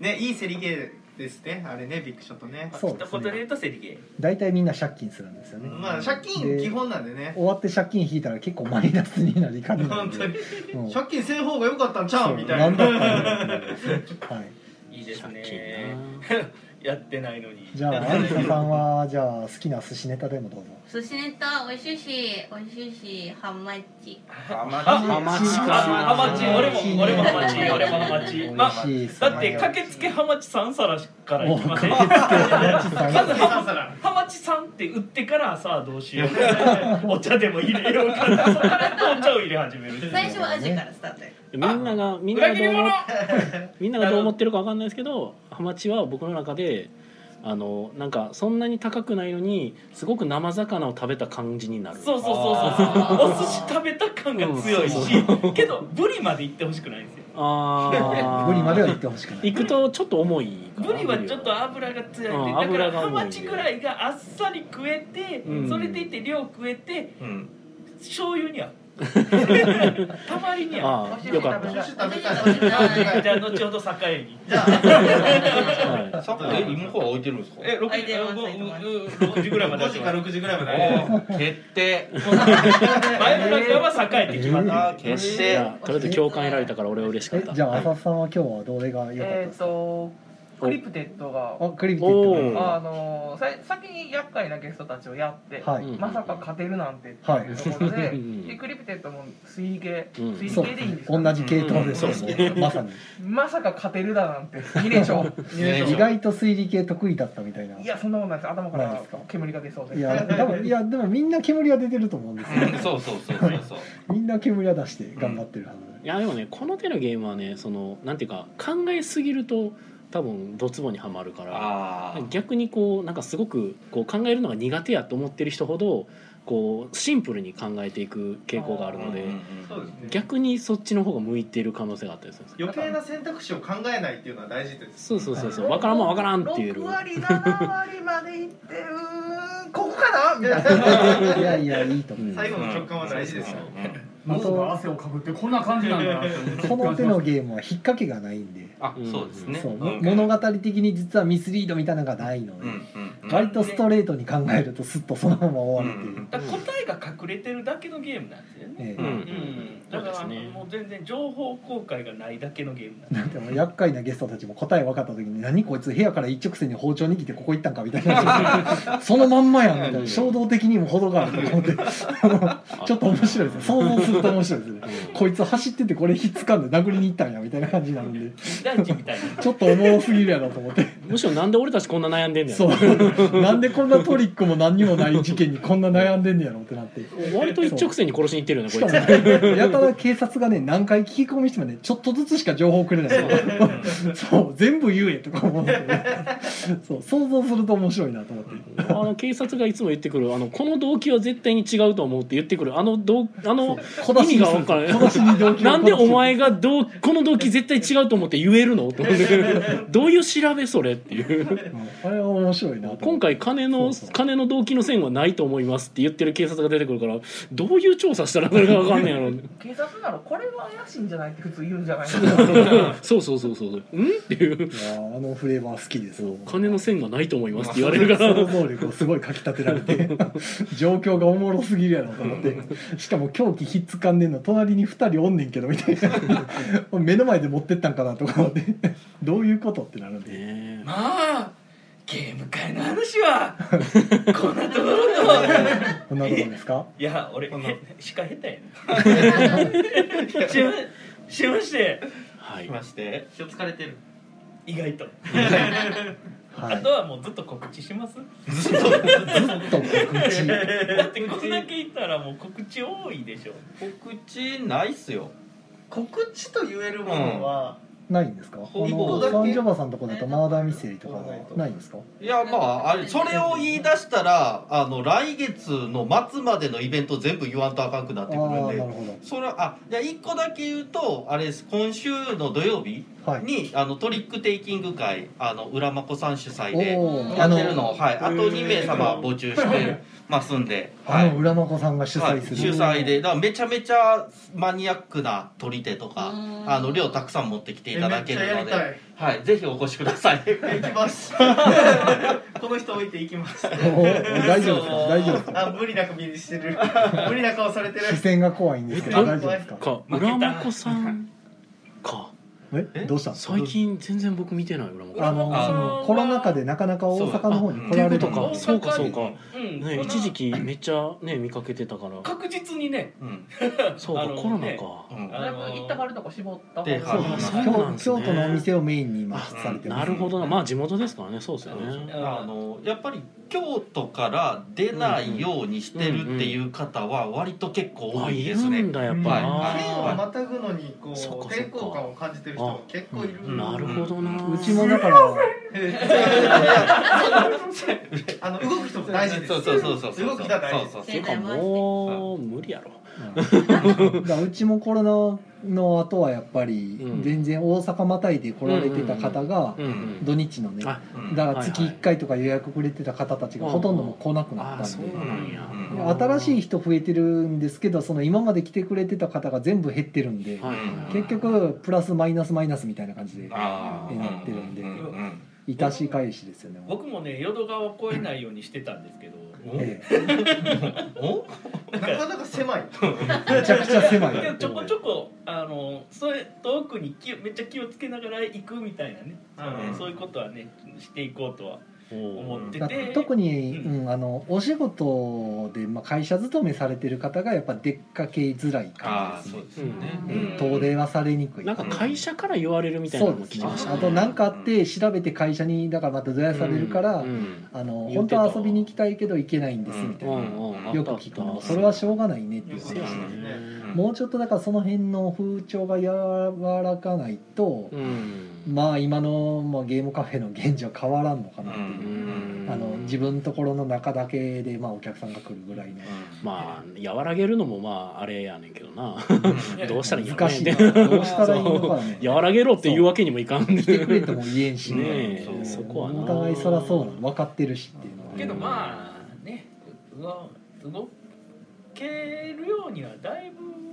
S8: ねいい競りゲーですねあれねビッグショットね
S2: そうで
S3: 一
S2: す
S3: 言で
S2: ね
S3: 言うとセリゲ
S2: 大体みんな借金するんですよね
S8: まあ借金
S2: で
S8: 基本なんでね
S2: 終わって借金引いたら結構マイナスになりかねないん
S8: 本
S2: で
S8: 当に
S2: うん
S8: 借金せん方が良かったんちゃ
S2: そうう
S8: みたい
S2: 何だったんだ
S8: な
S2: ろうっ ていうはい
S3: いいです
S1: 借
S3: ね
S1: 金
S3: やってないのに
S2: じゃあ有田さんはじゃあ好きな寿司ネタでもどうぞ
S6: 寿司ネタ美味しいし美味しいしハマチ
S1: ハマチ
S3: あ、ハマチ、俺
S2: いい
S3: も、
S2: ね
S3: 俺もハマチ、俺もハマ
S2: 美
S3: チ。ま
S2: 味
S3: あ、
S2: しいすね
S3: だって駆けつけハマチ三皿から
S2: も
S3: いうきま
S2: 駆
S3: せ
S2: け
S3: ん。ま
S2: つけ
S3: ず
S2: ハマチさんが
S3: ハマハマ八三って打ってからさあどうしようお茶でも入れようかなそこからお茶を入れ始める
S6: 最初はアジからスタートや
S1: みんながみんな
S3: 裏
S1: がど
S3: 切
S1: う
S3: り
S1: 思
S3: 者
S1: っ みんながどう思ってるかわかんないですけどハマチは僕の中であのなんかそんなに高くないのにすごく生魚を食べた感じになる
S3: そうそうそう
S7: あ
S3: そうお寿司食べた感が強いし、けどブリまで行ってほしくないんですよ
S1: あー
S2: 無理までは行 ってほしくない。
S1: 行くとちょっと重いかな
S3: ブリはちょっと油が強いんで、
S1: うん
S3: だか
S1: 油
S3: ら
S1: が
S3: ハ
S1: 多いんで
S3: マチぐらいがあっさり食えて、
S1: うん
S3: それでいて量食えて
S7: うん
S3: 醤油 にはたまりには
S1: ああよかっ
S5: 美味
S1: た
S5: しい
S8: 食べたい
S6: 食べたい
S3: じゃあ後ほど境に
S8: じゃあ
S1: は
S7: さっきえ芋から置いてるんですか
S3: え六時
S6: 相手の
S3: 6時ぐらいまで
S8: 5時か
S3: 前の
S8: 6時ぐらいまでね
S7: おー決定
S3: 中は栄えて決まった
S7: あー決
S1: いい
S7: 定
S1: やとりあえず共感得られたから俺は嬉しかっ
S2: え
S1: た
S2: じゃあ
S1: はい
S2: 浅田さんは今日はどれが良かった
S5: え
S2: で
S5: っ
S2: すか。
S5: とクリプテッドが
S2: あクリビティってこ
S1: お
S5: あのさ先に厄介なゲストたちをやって、
S2: と。は
S1: うん
S2: い。
S5: まさか勝てるなんてっていうところで,、
S1: うん
S5: でクリプテッドも水泳系、
S1: うん
S5: 水
S2: そう
S5: 泳でいいんですか、
S2: 同じ系統ですよ
S5: うん
S2: ね。まさに。
S5: まさか勝てるだなんて2連勝
S7: 連
S2: 意外と推理系得意だったみたいな。
S5: いやそんなことないです頭か
S2: ない
S5: ら
S2: ですか
S5: 煙が出そうで
S2: いや多分いやでもみんな煙は出てると思うんですよ。
S7: うんそうそうそうそうそう
S2: みんな煙は出して頑張ってるはず。
S1: いやでもねこの手のゲームはねそのなんていうか考えすぎると多分ドツボにはまるから
S7: ああ
S1: 逆にこうなんかすごくこう考えるのが苦手やと思ってる人ほどこうシンプルに考えていく傾向があるので、
S8: そうですね
S1: 逆にそっちの方が向いてる可能性があったりするんですよ
S8: 余計な選択肢を考えないっていうのは大事です
S1: そうそうそうそう分からんもん分からんっていう
S5: 6割7割までいってうーんここかなみたいな
S2: いやいやいいと思う。
S1: うん
S8: 最後の直感は大事ですよ
S4: 喉が汗をかくってこんな感じなんだなって思って
S2: この手のゲームは引っ掛けがないんで、
S7: あそうですね
S2: そう
S7: うん
S2: 物語的に実はミスリードみたいなのがないの
S7: う
S2: で、
S7: んうんうん。
S2: 割とストレートに考えるとスッとそのまま終わるっていううん
S3: だから答えが隠れてるだけのゲームなんですよね、
S2: ええ
S7: うん
S3: うん、
S1: そ
S3: だ
S1: う
S3: か
S1: で
S3: ら
S1: すね
S3: もう全然情報公開がないだけのゲームなん
S2: で
S3: で
S2: も厄介なゲストたちも答え分かった時に「何こいつ部屋から一直線に包丁握ってここ行ったんか」みたいな そのまんまやんみたいな衝動的にも程があると思ってちょっと面白いですね想像すると面白いですねこいつ走っててこれひっつかんで殴りに行ったんやみたいな感じなんで
S3: 金田一みたいな
S2: ちょっとおもろすぎるやろと思って
S1: むしろなんで俺たちこんな悩んでんね
S2: そうなんでこんなトリックも何にもない事件にこんな悩んでんねやろってなって
S1: ん割と一直線に殺しに行ってるよね
S2: し
S1: こ
S2: か
S1: い
S2: も
S1: つ
S2: ねやたら警察がね何回聞き込みしてもねちょっとずつしか情報くれないのそう全部言えとか思うんだけどねそう想像すると面白いなと思って
S1: あの警察がいつも言ってくるあのこの動機は絶対に違うと思うって言ってくるあの動あの
S2: 小出
S1: 意
S2: し
S1: 味
S2: に
S1: が
S2: す
S1: 分
S2: る
S1: からない
S2: 小出しに動機を
S1: なんでお前がどうこの動機絶対違うと思って言えるのって思うんだけどどういう調べそれっていう
S2: うんあれは面白いなと思って
S1: 今回金の
S2: そうそう
S1: 金の動機の線はないと思いますって言ってる警察が出てくるからどういう調査したらそれが分かんねえやろ う
S5: 警察ならこれは怪しいんじゃないって普通言うんじゃないか
S1: そうそうそうそうそううんっていう
S2: いやーあのフレーバー好きです
S1: 金の線がないと思いますって言われるから
S2: 想像力をすごいかきたてら れて状況がおもろすぎるやろと思ってしかも狂気ひっつかんでんの隣に2人おんねんけどみたい な目の前で持ってったんかなとか思ってどういうことってなるんで
S1: ね
S3: まあゲーム会の話はこんなところの
S2: こんなとこですか
S3: いや俺 へ鹿下手やねしましまして
S1: は
S7: 来
S1: い
S7: まして
S8: 気を疲れてる
S3: 意外と、
S2: は
S3: あ
S2: い
S3: とはもうずっと告知します
S2: ずっと告知
S3: だってこんだけいたらもう告知多いでしょ
S7: 告知ないっすよ
S8: 告知と言えるものは
S2: ないんですかあ
S7: ほんと
S2: の
S7: だ
S8: け
S2: サンジョバさんとこだとマーダーミステリーとかはないんですか
S7: いやまああれそれを言い出したらあの来月の末までのイベント全部言わんとあかんくな
S2: あ
S7: っ
S2: あ
S7: てくるん
S2: ーなる
S7: で
S2: ほど
S7: それはあじゃあ1個だけ言うとあれです今週の土曜日
S2: はい
S7: にあのトリックテイキング会あの浦真子さん主催で
S2: おー
S7: や
S2: あ
S7: ってる
S2: の
S7: のはいあと2名様募集してますんで、は
S2: あ
S7: い
S2: の浦真子さんが主
S7: はい
S2: 催す
S7: 主
S2: る
S7: 催でだからめちゃめちゃマニアックな取り手とか
S6: うん
S7: あの量たくさん持ってきていただける
S8: え
S7: の
S8: めっ
S7: で
S8: ちゃやり
S7: はい、ぜひお越しください
S8: 行きますこの人置いて行きます
S2: おー大丈夫ですか大丈夫ですか
S8: あ無理な顔して る無理な顔されてる
S2: 視線が怖いんですけど大丈夫ですか
S1: か
S3: 負けた
S1: 浦真子さんか
S2: えどうしたんですか
S1: 最近全然僕見てない裏表
S2: あの
S7: あ
S2: そのコロナ禍でなかなか大阪の方に来られる
S1: そうだあ
S2: の
S1: っていうことか
S2: で
S1: そうかそうか
S3: う
S1: ね
S3: んこの
S1: 一時期めっちゃね見かけてたから
S3: 確実にね
S7: うん
S1: そうか
S3: あのね
S1: コロナか、
S7: う
S3: あ
S7: ん
S3: の
S5: 行ったがるとこ絞った方
S7: で
S5: が
S7: そうなんです
S1: ね
S2: 京
S1: そうなんですね
S2: 京都のお店をメインに今されてま
S1: な
S2: す
S1: るほどなまあ地元ですからねそうですよね
S7: あのやっぱり京都から出ないようにしてるっていう方は割と結構多
S1: あ
S7: い
S1: い
S7: で
S1: る
S7: すね。
S1: んだやっぱな、
S7: は
S8: 県を
S1: あ
S8: またぐのにこう
S1: そっかそっか
S8: 抵抗感を感じてる人が結構いる
S7: うん
S1: なるほどな、
S2: うちもだから
S8: あの動く人も大事です
S7: そうそうそうそうそう。
S8: 動きが大事です
S7: そうそう
S1: て
S7: そ
S1: い
S7: う
S1: うかもう無理やろ
S2: だからうちもコロナの後はやっぱり
S1: うん
S2: 全然大阪またいで来られてた方が
S1: うんうん
S2: 土日のねだ
S1: あ
S2: か
S7: うん
S2: ら月1回とか予約くれてた方たちがほとんどもう来なくな
S1: あ
S2: った
S1: そうん
S2: で
S1: なんや、
S7: うん
S2: で新しい人増えてるんですけどその今まで来てくれてた方が全部減ってるんで
S1: はいはいはい
S2: 結局プラスマイナスマイナスみたいな感じで
S7: ああ。
S2: なってるんで
S7: ううう
S2: いたし返しですよね。
S3: 僕もね淀川を越えないようにしてたんですけど
S2: え
S7: お
S8: なかなか狭い
S2: えめちゃくちゃ狭い。
S3: でもちょこちょこあのそれ遠くに気をめっちゃ気をつけながら行くみたいなね、あの
S7: うん
S3: そういうことはねしていこうとは
S1: お
S3: 思って
S2: だ
S3: て
S2: 特に、
S3: う
S2: うんあのお仕事で、まあ、会社勤めされてる方がやっぱ出かけづらい
S7: あ
S2: 感
S7: あ
S2: じ
S7: そう
S2: で
S7: ですすよね。
S2: ね
S3: う
S2: うん
S3: ん
S2: 遠出はされにくい
S1: なんか会社から言われるみたいなのも聞きました、
S2: あと何かあって調べて会社にだからまたどやされるから、
S1: うん
S2: あの
S1: 言っ
S2: 本
S1: て
S2: 当
S1: た
S2: は遊びに行きたいけど行けないんですみたいな、
S1: うんうん
S2: よく聞く
S1: あったあ
S2: の
S1: った
S2: それはしょうがないねっていう
S1: そ
S2: 話
S1: うや
S2: で
S1: ね
S2: すね、
S7: うん
S2: もうちょっとだからその辺の風潮が柔らかないと、
S1: うん
S2: まあ今の、まあ、ゲームカフェの現状変わらんのかなっていうう。
S1: うん
S2: あの自分のところの中だけで、まあ、お客さんが来るぐらいの
S1: まあ和らげるのもまああれやねんけどな どうしたらいいのか
S2: 難
S1: ね
S2: しいなどうしたらいいのかね
S1: 和らげろっていうわけにもいかんね
S2: 来てくれとも言えんし
S1: ねえ
S2: うん
S1: そこはな
S2: お互いそらそうなの分かってるしっていうのは
S3: けどまあねう動動けるようにはだい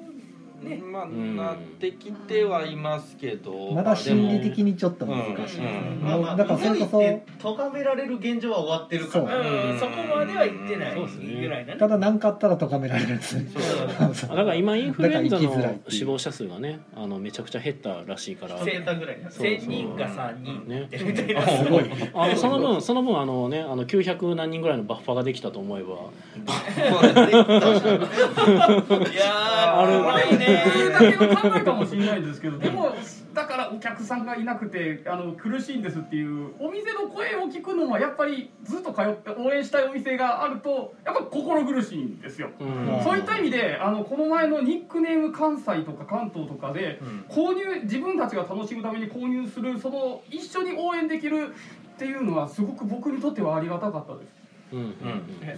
S3: ぶね
S7: まあなってきてはいますけど。
S2: まだ心理
S7: まあでも
S2: 的にちょっと難しい、
S7: うんうん
S8: まあまあ
S2: だからそれこ
S8: 動いて咎められる現状は終わってるか
S2: そう
S8: ら
S3: うんそこまでは行ってない
S1: そうですね
S3: ぐらい
S2: そ
S3: なね
S2: ただ何かあったらとがめられるん ですね
S7: そう
S1: だから今インフルエンザ
S2: だから生きづらいっ
S1: の
S2: ていう
S1: 死亡者数がねあのめちゃくちゃ減ったらしいから
S8: 1桁ぐらい
S1: そう
S3: 千人か三人
S1: ね
S3: みたいな
S7: あ
S2: すごい
S1: あのその分その分あのねあの900何人ぐらいのバッファができたと思えば
S3: いや
S1: あ
S3: ー
S1: れ
S3: 怖いね
S4: だけの考えかもしれないですけどでもだからお客さんがいなくてあの苦しいんですっていうお店の声を聞くのはやっぱりずっと通って応援したいお店があるとやっぱ心苦しいんですよ。
S1: うん
S4: そういった意味であのこの前のニックネーム関西とか関東とかで購入自分たちが楽しむために購入するその一緒に応援できるっていうのはすごく僕にとってはありがたかったです。
S1: うんうん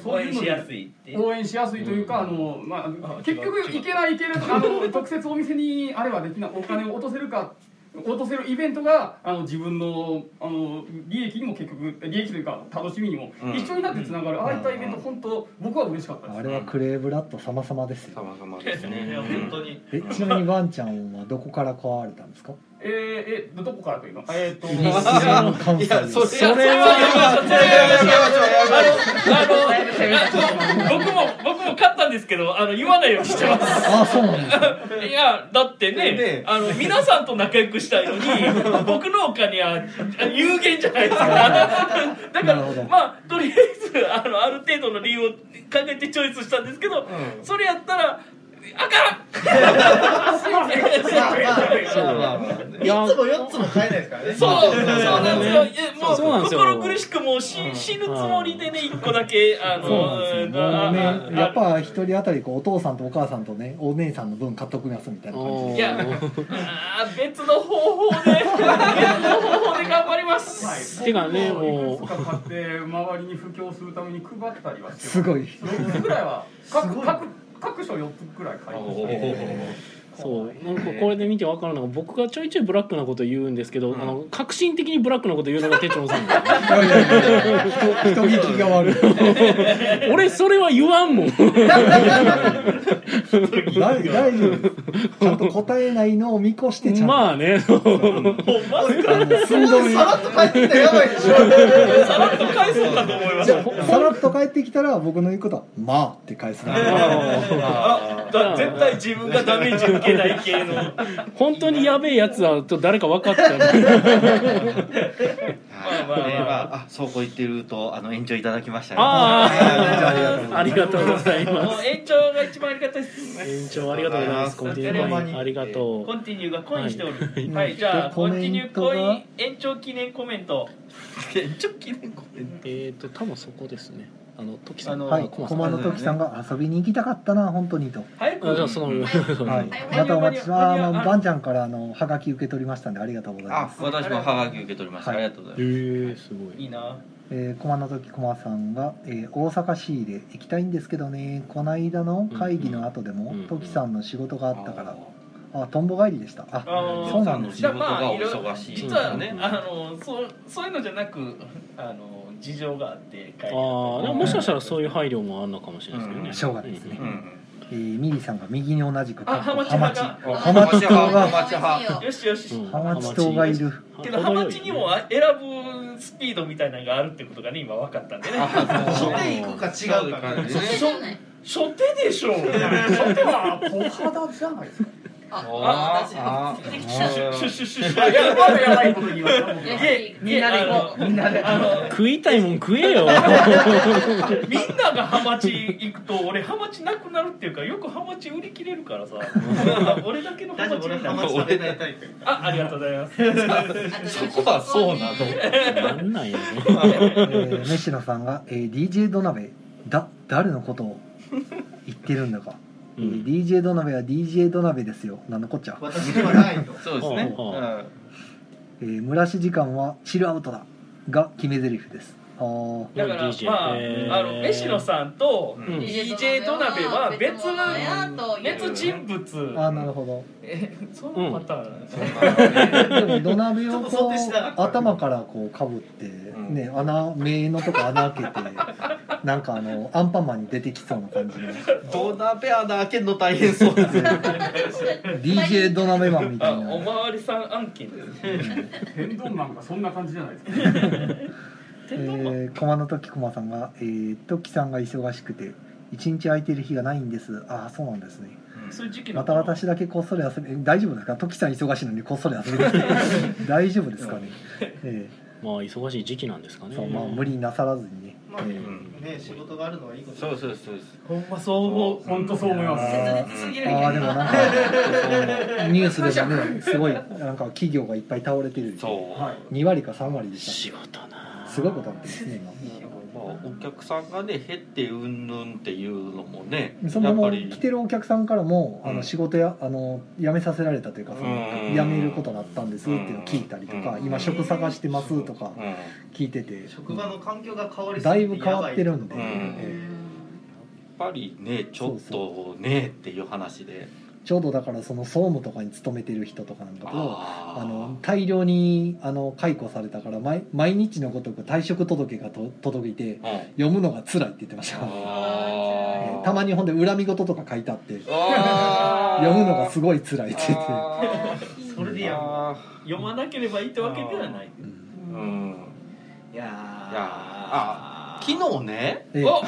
S3: 応援しやすいって
S4: 応援しやすいというか、
S1: うん
S4: あのまあ
S3: あ、
S4: 結局
S3: 違う違う
S4: 行けない行けるとかあの直接お店にあれはできないお金を落とせるか落とせるイベントがあの自分のあの利益にも結局利益というか楽しみにも、
S7: うん
S4: 一緒になってつながる、ああいったイベント、
S7: うん
S4: 本当僕は嬉しかった
S2: あ
S4: で
S2: れはクレーブラッド様々ですよ
S7: 様々ですね。
S8: いや本当に
S2: えちなみにワンちゃんはどこから買われたんですか
S4: す。えー、えどこからというのえー、と
S2: 西側の関西
S7: いやそれ
S2: です
S1: それは
S3: 僕も僕も勝ったんですけどあの言わないようにしてます
S2: ああそうなんですか
S3: いやだってね
S7: ね
S3: あの皆さんと仲良くしたいのに 僕のお金は有限じゃないですかだか
S2: なるほど
S3: らまあとりあえずあのある程度の理由を考えてチョイスしたんですけど、
S7: うん
S3: それやったらあからん
S7: まあまあまあ
S1: いや
S8: 3つも4つも買えないですからね
S3: そうそうなんですよいや
S1: そうそうなん
S3: もう
S1: ですよ
S3: 心苦しくもうし死ぬつもりでね一個だけあの
S2: そうなんですよもう
S3: ああ
S2: ねやっぱ一人当たりこうお父さんとお母さんとねお姉さんの分買っときますみたいな感じ
S1: おー
S2: で
S3: いやあー別の方法で別の方法で頑張ります、
S4: はい、
S1: てかね
S4: 僕
S1: もう
S4: いくつか買って周りに布教するために配ったりはしてます
S2: すごい
S4: 4つぐらいは
S2: す
S4: 各
S2: ごい
S4: 各各所4つぐらい買いました
S1: そうなんかこれで見て分かるのが僕がちょいちょいブラックなこと言うんですけど、あの革新的にブラックなこと言うのが手帳さんだよ ね
S2: いやいやいや人人聞きが悪い
S1: 俺それは言わんもん
S2: 大大丈夫ですちゃんと答えないのを見越してちゃんと、
S1: まあね
S2: あの寸止め
S8: さらっと帰ってきたらやばいでしょ
S3: さらっと返そうかと思いまし
S2: じ
S3: た
S2: ゃあさらっと帰ってきたら僕の言うことは「まあ」って返すな
S1: あの
S3: だ絶対自分がダメージ受けけない系の
S1: 本当にやべえやつだと誰か分かったら
S7: はい
S3: まあまあまあ
S7: これはあそうこう言ってるとあの延長いただきましたね
S1: ああありがとうござい
S3: も
S1: ま
S3: う
S1: す
S3: 延長が一番ありがたいです
S1: 延長ありがとうございますコンティニューコインありがと
S3: コンティニューがコインしておるはいい、じゃあ
S2: で
S3: コ
S2: コ
S3: ンテ
S2: メ
S3: ィニュ
S2: ン
S3: ー
S2: トが
S3: コイン延長記念コメント
S7: 延長記念コメン
S1: うえっ、と多分そこですねあの時さん
S3: あの
S2: はい、
S1: コマ
S2: 駒の時さんが遊びに行きたかったな、本当にと。
S3: 早
S1: あじゃあ
S3: く
S1: その、
S2: はい、またお待ちして、あの、ばんちゃんから、あの、はがき受け取りましたんで、ありがとうございま
S7: あ
S2: す。
S7: 私もハガキ受け取りました、
S2: はい
S7: ありがとうござい
S1: え
S7: ます
S1: ー、すご
S3: いい
S1: い
S3: な
S2: えー、駒の時駒さんが、えー大阪市で行きたいんですけどねこの間の会議の後でも、
S1: うんうん
S2: 時さんの仕事があったから、あトンボ帰りでしたあ
S3: あー
S2: そうなんです
S7: 仕事がお忙しい
S3: 実はねあのそうそういうのじゃなくあの事情があって帰
S1: あ
S3: り
S1: ーでももしかしたらそういう配慮もあるのかもしれないですけどね、
S7: うん
S2: しょうがないですね
S7: うんうん
S2: えーミリさんが右に同じく
S3: あハマチ派が
S7: あ
S2: ハマチ島が
S7: ハマチ派
S3: よしよし、
S1: うん
S2: ハマチ島がいる
S3: けどハマチにも選ぶスピードみたいなのがあるってことがね今分かったんでね
S8: 初手行くか違うか
S7: そういう感じね
S6: じゃない
S3: 初手でしょ
S4: それは小肌じゃないですか。
S7: あーあー
S6: でき
S3: シュ
S6: た
S3: シュシュシュシュシ
S4: いや、
S3: ュ
S4: まだやばいこと言われたもん
S6: よ
S4: な。
S6: し
S3: みんなで行こう
S5: みんなで
S3: あの
S1: 食いたいもん食えよ
S3: みんながハマチ行くと俺ハマチなくなるっていうかよくハマチ売り切れるからさ俺だけのハ
S8: 大丈
S3: マ
S8: 夫
S3: チ
S8: 俺
S3: みたいな
S8: ハマチ食べないタイプ
S3: あありがとうございます
S7: そこはそうなの
S1: なんなんやね
S2: えー、飯野さんが、えー、DJ 土鍋だ誰のことを言ってるんだか、
S1: う
S2: えー
S1: ん
S2: DJ 土鍋は DJ 土鍋ですよなんのこっちゃ、
S8: 私にはないと
S7: そうです
S1: う
S7: ね、
S1: ん
S2: えー、蒸らし時間はチルアウトだが決め台詞ですあー
S3: だから
S1: DJ
S3: まあ
S1: へー
S3: あの飯野さんと
S7: うん
S3: DJ 土鍋は別別人
S2: あー
S3: 物
S2: なるほど
S3: えそのパターン、
S7: そうなんだね
S2: でも土鍋を
S8: ちょっと想
S2: こ
S8: 定しなかっ
S2: う
S8: た
S2: 頭からこうかぶって、
S7: ん
S2: ね穴目のとこ穴開けてなんかあのアンパンマンに出てきそうな感じの
S7: 土鍋穴開けんの大変そうですね
S2: DJ 土鍋マンみた
S3: あ
S2: いな
S3: おまわりさん案件ですね
S4: 天丼マンがそんな感じじゃないですか。
S2: えー、駒の時駒さんが「えー、時さんが忙しくて一日空いてる日がないんですああそうなんですね
S3: そういう時期
S2: また私だけこっそり遊びえ大丈夫ですか時さん忙しいのにこっそり遊びに来て大丈夫ですかね、え
S1: まあ忙しい時期なんですか
S2: ー
S1: ね
S2: そうまあ無理なさらずにね
S8: まあ
S1: うん
S8: ね仕事があるのはいいこと
S7: そうそうそうです
S3: ほんまそう思う
S4: 本当そう思います。
S2: あ
S3: 切すぎる
S2: ーあーでもなんかニュースでもねすごいなんか企業がいっぱい倒れてる
S7: そう、
S4: はい
S2: 2割か3割でし
S1: 仕事な
S2: たすごいことになってますね今
S7: まあ、お客さんがね減ってうんぬんっていうのもね
S2: そ
S7: や
S2: の
S7: っぱり
S2: 来てるお客さんからも、あ
S7: う
S2: の
S7: ん
S2: 仕事やあの辞めさせられたというかその
S7: うん
S2: 辞めることになったんですっていうのを聞いたりとか、
S7: うん
S2: 今職探してますとか
S7: う
S2: 聞いてて、
S8: 職場の環境が変わりす
S2: だ
S8: ぎて
S2: いぶ変わってるんで、
S7: うん
S2: え
S7: ん、やっぱりねちょっとねっていう話で
S2: えちょうどだからその総務とかに勤めてる人とかなんかと。
S7: あー
S2: あの大量にあの解雇されたから毎毎日のごとく退職届がと届いて
S7: うん
S2: 読むのが辛いって言ってました、
S7: あ
S2: え
S7: ー
S2: えたまにほんで恨み事とか書いてあって
S7: あー
S2: 読むのがすごい辛いって言って、
S7: あ
S8: それで
S7: ー
S8: やん
S7: あ
S3: 読まなければいいってわけではない
S2: うん
S7: ーうん
S8: い
S7: い
S8: やー
S7: やーあ昨日ね
S2: ええ
S3: お
S6: お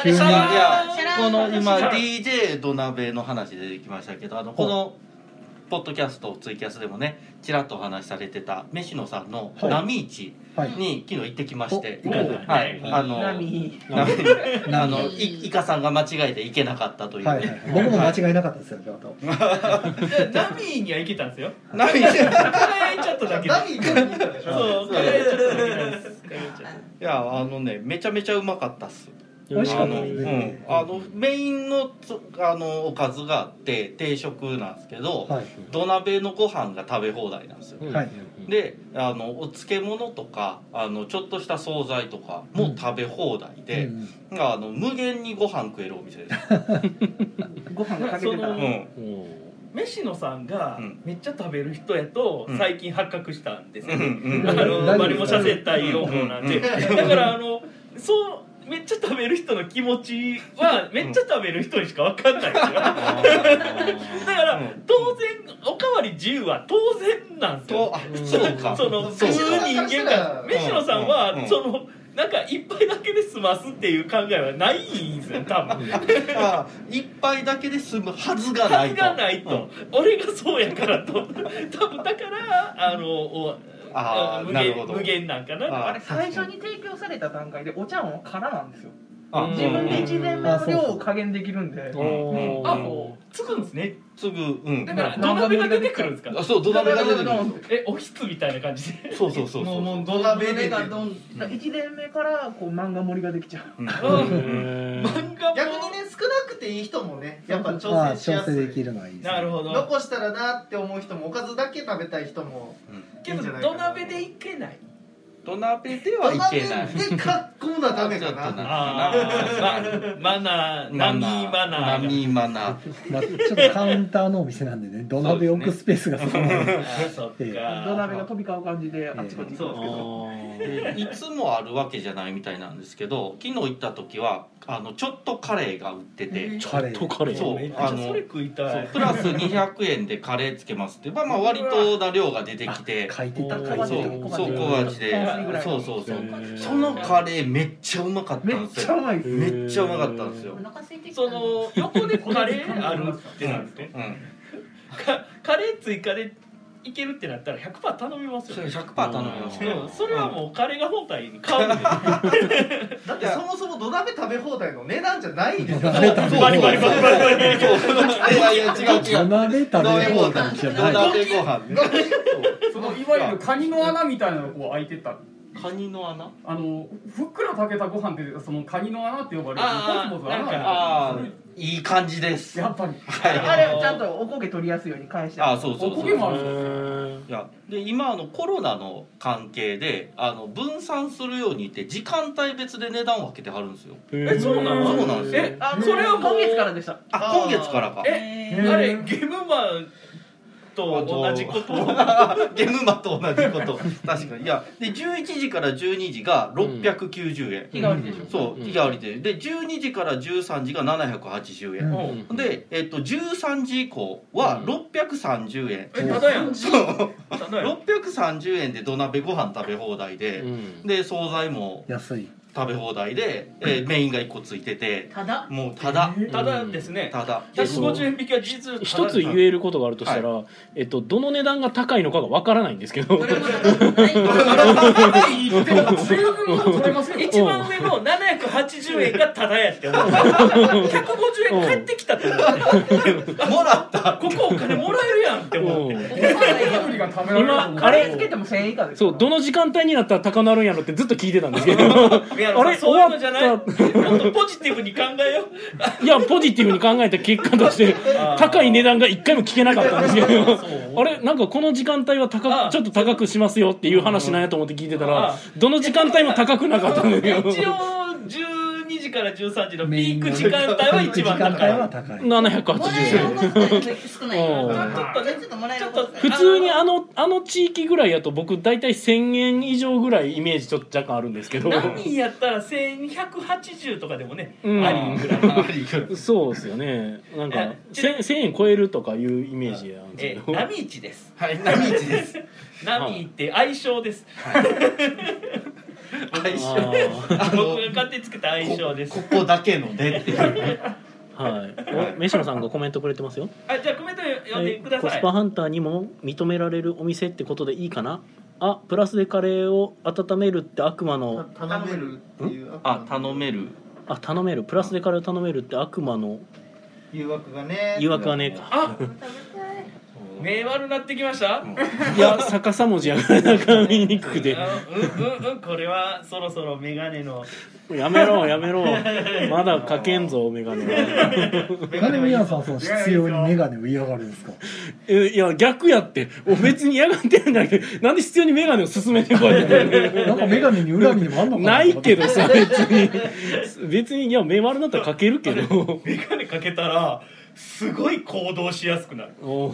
S2: 急に
S7: い
S2: あ
S7: や
S6: シャラーン
S7: この今
S3: シャラーン
S7: DJ 土鍋の話出てきましたけどあのこのポッドキャストツイキャスでもねちらっとお話しされてた飯野さんの
S2: はい
S7: 波市
S2: はい
S7: に昨日行ってきまして、
S2: お
S7: はい
S2: 行
S3: かれ
S7: あの
S5: 波
S7: 波あの
S6: 波
S7: いイカさんが間違えて行けなかったという、
S2: はいはい、僕も間違いなかったですよ、京都。
S3: ダミーには行けたんですよ
S7: 波市 い
S3: 輝いちゃっただけです
S8: 何言ってんのでしょ
S3: そう輝いちゃっただけなんです輝いちゃった
S7: やあのねめちゃめちゃうまかったっす
S2: 美味しか
S7: あ
S2: った
S7: の,、う
S2: です
S7: ん
S2: ね、
S7: あのメインのつあのおかずがあって定食なんですけど、
S2: はい、
S7: 土鍋のご飯が食べ放題なんですよ
S2: はい
S7: であのお漬物とかあのちょっとした惣菜とかも食べ放題で、
S2: うん
S7: あの無限にご飯食えるお店です、
S5: ご飯がかけてた
S7: う
S5: ら
S7: ん、
S1: も
S3: 飯野さんが
S7: うん
S3: めっちゃ食べる人やと
S7: うん
S3: 最近発覚したんですよね、
S7: うん
S3: あの
S2: 大丈夫
S3: バリモ社接待療法なんで、
S7: うん
S3: だからあのそうめっちゃ食べる人の気持ちはめっちゃ食べる人にしか分かんないんですよだから
S7: うん
S3: 当然おかわり自由は当然なんです
S7: と
S3: よ
S7: あそうか
S3: その
S7: そ
S3: 食
S7: う
S3: う
S7: か
S3: 人間が
S8: うん
S3: 飯野さん
S7: う
S3: は
S7: ん
S3: そのなんか一杯だけで済ますっていう考えはないんですよ多 分
S7: あ一杯だけで済むはずがな
S3: ないい
S7: と
S3: がないと、俺がそうやからと多 分だからあのお
S7: あー
S3: 無
S7: なるほ
S3: 限
S7: ど
S3: 無限なんかな
S7: あ
S5: あれ最初に提供された段階でお茶碗は空なんですよ
S7: あ
S1: うん
S5: 自分で1年目の量を加減できるんで
S1: お
S3: あ
S1: ー
S3: もうつくんですね
S7: すぐうん
S3: だから土鍋が出てくるんですか
S7: あそう土鍋が出てくる
S3: えおひつみたいな感じで
S7: そうそうそう
S8: も
S7: そうう
S8: もう土鍋で
S5: がどん1年目からこう漫画盛りができちゃ
S7: う
S5: う
S7: ん
S1: へー
S3: 漫画も
S8: 逆にね少なくていい人もねやっぱ調
S2: まあ
S8: 整しや
S2: 調
S8: す
S2: 整
S8: い
S2: できるのはいいです、ね、
S3: なるほど
S8: 残したらなって思う人もおかずだけ食べたい人も
S3: けど土鍋でいけない
S7: 土鍋で
S8: 土
S7: はい
S8: 鍋
S7: けない
S8: でかっこんなダメ
S7: ちょ
S8: か
S7: っとな
S8: な
S3: あーまマナーナミーマナーが
S7: 波マナー
S2: まあ、ちょっとカウンターのお店なんでね土鍋置くスペースがそこまで、
S3: あーそっ
S2: ええ
S3: か
S5: 土鍋が飛び交う感じであっちこっち行くんですけど
S1: あ
S7: いつもあるわけじゃないみたいなんですけど昨日行った時はあのちょっとカレーが売ってて、
S1: ーカレーとカレー
S7: そう
S1: ね
S7: あ
S3: あ
S7: の
S3: のそれ食いた
S7: そう
S3: い
S7: プラス200円でカレーつけますってまあまあ割とな量が出てきて
S2: 書いてた
S1: あ
S2: 書いてた
S7: そうそう小味でそうそうそう
S1: へー
S7: そのカレーめっちゃうまかった
S5: め
S7: ん
S5: っ
S7: です
S5: ちゃう
S7: よ
S5: まいです
S7: めっちゃうまかったんですよ
S6: お、腹空いてきた
S3: その横でカレーあるってなると
S7: うん、
S3: かカレー追加でいけるってなったら100%頼みます
S7: そ
S3: よ
S7: れ
S3: ね
S7: 100%頼みます
S3: う
S7: よ
S3: んそれはもうカレーが本体に買うよ
S8: だってそもそも土鍋食べ放題の値段じゃないでしょ
S2: 土鍋 食べ放題
S3: バリバリバリバリバリ
S7: いやいや違う違
S2: 土
S7: う
S2: 鍋食べ放題じ
S7: 土
S2: ゃない
S7: 鍋ご飯ね
S4: そのいわゆるカニの穴みたいなのがこう開いてった
S7: カニの穴
S4: あのふっくら炊けたご飯ってそのカニの穴って呼ばれる
S3: あー
S4: ポツポツ穴が開いてる
S7: ああいい感じです
S4: やっぱり
S5: あれちゃんとおこげ取りやすいように返して
S7: あ
S5: あ
S7: あそうそうそう
S4: お焦げもある
S7: いやで今あのコロナの関係であの分散するようにって時間帯別で値段を分けてはるんですよ
S1: え
S3: そうな
S7: のそうなんですよ
S1: え
S5: あ
S3: それはもう
S5: 今月からでした
S7: あ
S8: あー
S7: 今月からか
S3: えあれゲームマンと同じこと
S7: ゲムマと同じこと確かにいやで11時から12時が690円、
S5: 日替わりでしょ
S7: そう
S1: うん
S7: 日替わりでで12時から13時が780
S2: う
S7: 円、
S1: んうん
S7: で、えっと、13時以降は630円、
S3: えただやん
S7: そう
S3: ただやん
S7: 630円で土鍋ご飯食べ放題で、
S1: うん
S7: で惣菜も
S2: 安い
S7: 食べ放題で、えーメインが1個ついてて
S6: ただ
S7: もうただ
S3: ただですね
S7: ただでそう
S3: 150円引きは実はただ
S1: 一つ言えることがあるとしたら、えっと、どの値段が高いのかがわからないんですけど、
S4: でも十分は取れますよ
S3: 一番上の780円がただやって思う150円返ってきたって思って
S7: もらった
S3: ここお金もらえるやんって思って
S1: うん
S4: カロリーが食べられると思う
S1: 今
S5: あれつけても1000円以下です
S1: そうどの時間帯になったら高なるんやろってずっと聞いてたんですけど
S3: 宮野
S1: あ
S3: さ
S1: れ
S3: んそういうのじゃないもっ
S1: 終
S3: とポジティブに考 えよう
S1: いやポジティブに考えた結果として
S3: あー
S1: 高い値段が一回も聞けなかったんですけど。
S3: そう
S1: あれなんかこの時間帯は高
S3: あ
S1: くちょっと高くしますよっていう話なんやと思って聞いてた
S3: あ
S1: らどの時間帯も高くなかったんだけ
S3: 一応
S1: ど
S3: 12時から13時のピ
S2: メイン
S3: ー
S2: の
S3: ク時間帯は一番
S2: 時間帯
S3: 高い
S2: は高い
S6: もら
S1: 780
S6: え
S1: 円
S6: ることが少ない
S1: うん
S6: ちょっとねちょっともらえることが
S1: 普通にあのあの地域ぐらいやと僕大体1000円以上ぐらいイメージちょっと若干あるんですけど
S3: 何人やったら1280とかでもね
S1: うん
S3: ありぐらい
S1: そうですよねなんか
S3: えち
S1: 1000 1000円超えるとかいうイメージなんです
S3: え
S1: けど
S3: 波市です
S7: はい波市です
S3: 波って愛称です
S7: はい
S1: あ
S7: あの
S3: 僕が勝手につけた愛称です
S7: ここだけのでっていう
S1: ーはいお飯野さんがコメントくれてますよ
S3: あじゃあコメント読んでくだ
S1: コ
S3: さ
S1: ス
S3: い
S1: パハンターにも認められるお店ってことでいいかなあプラスでカレーを温めるって悪魔の
S8: た頼めるっていう
S7: あ頼める
S1: あ頼めるプラスでカレーを頼めるって悪魔の
S8: 誘惑がね
S1: 誘惑はねえか
S3: あ
S6: 食
S3: 目悪なってき ました
S1: いや逆さ文字やからなんか見にくくて
S3: あうんうんうんこれはそろそろメガネの
S1: やめろやめろまだかけんぞメガネは
S2: なんで皆さんその必要にメガネを嫌がるんですか
S1: えいや逆やってお別に嫌がってるんだけどなんで必要にメガネを勧めてこうやって
S2: なんかメガネに恨みでもあんのかな
S1: ないけどさ別に別にいや目丸なったらかけるけど
S3: メガネかけたらすごい行動しやすくなる
S1: おー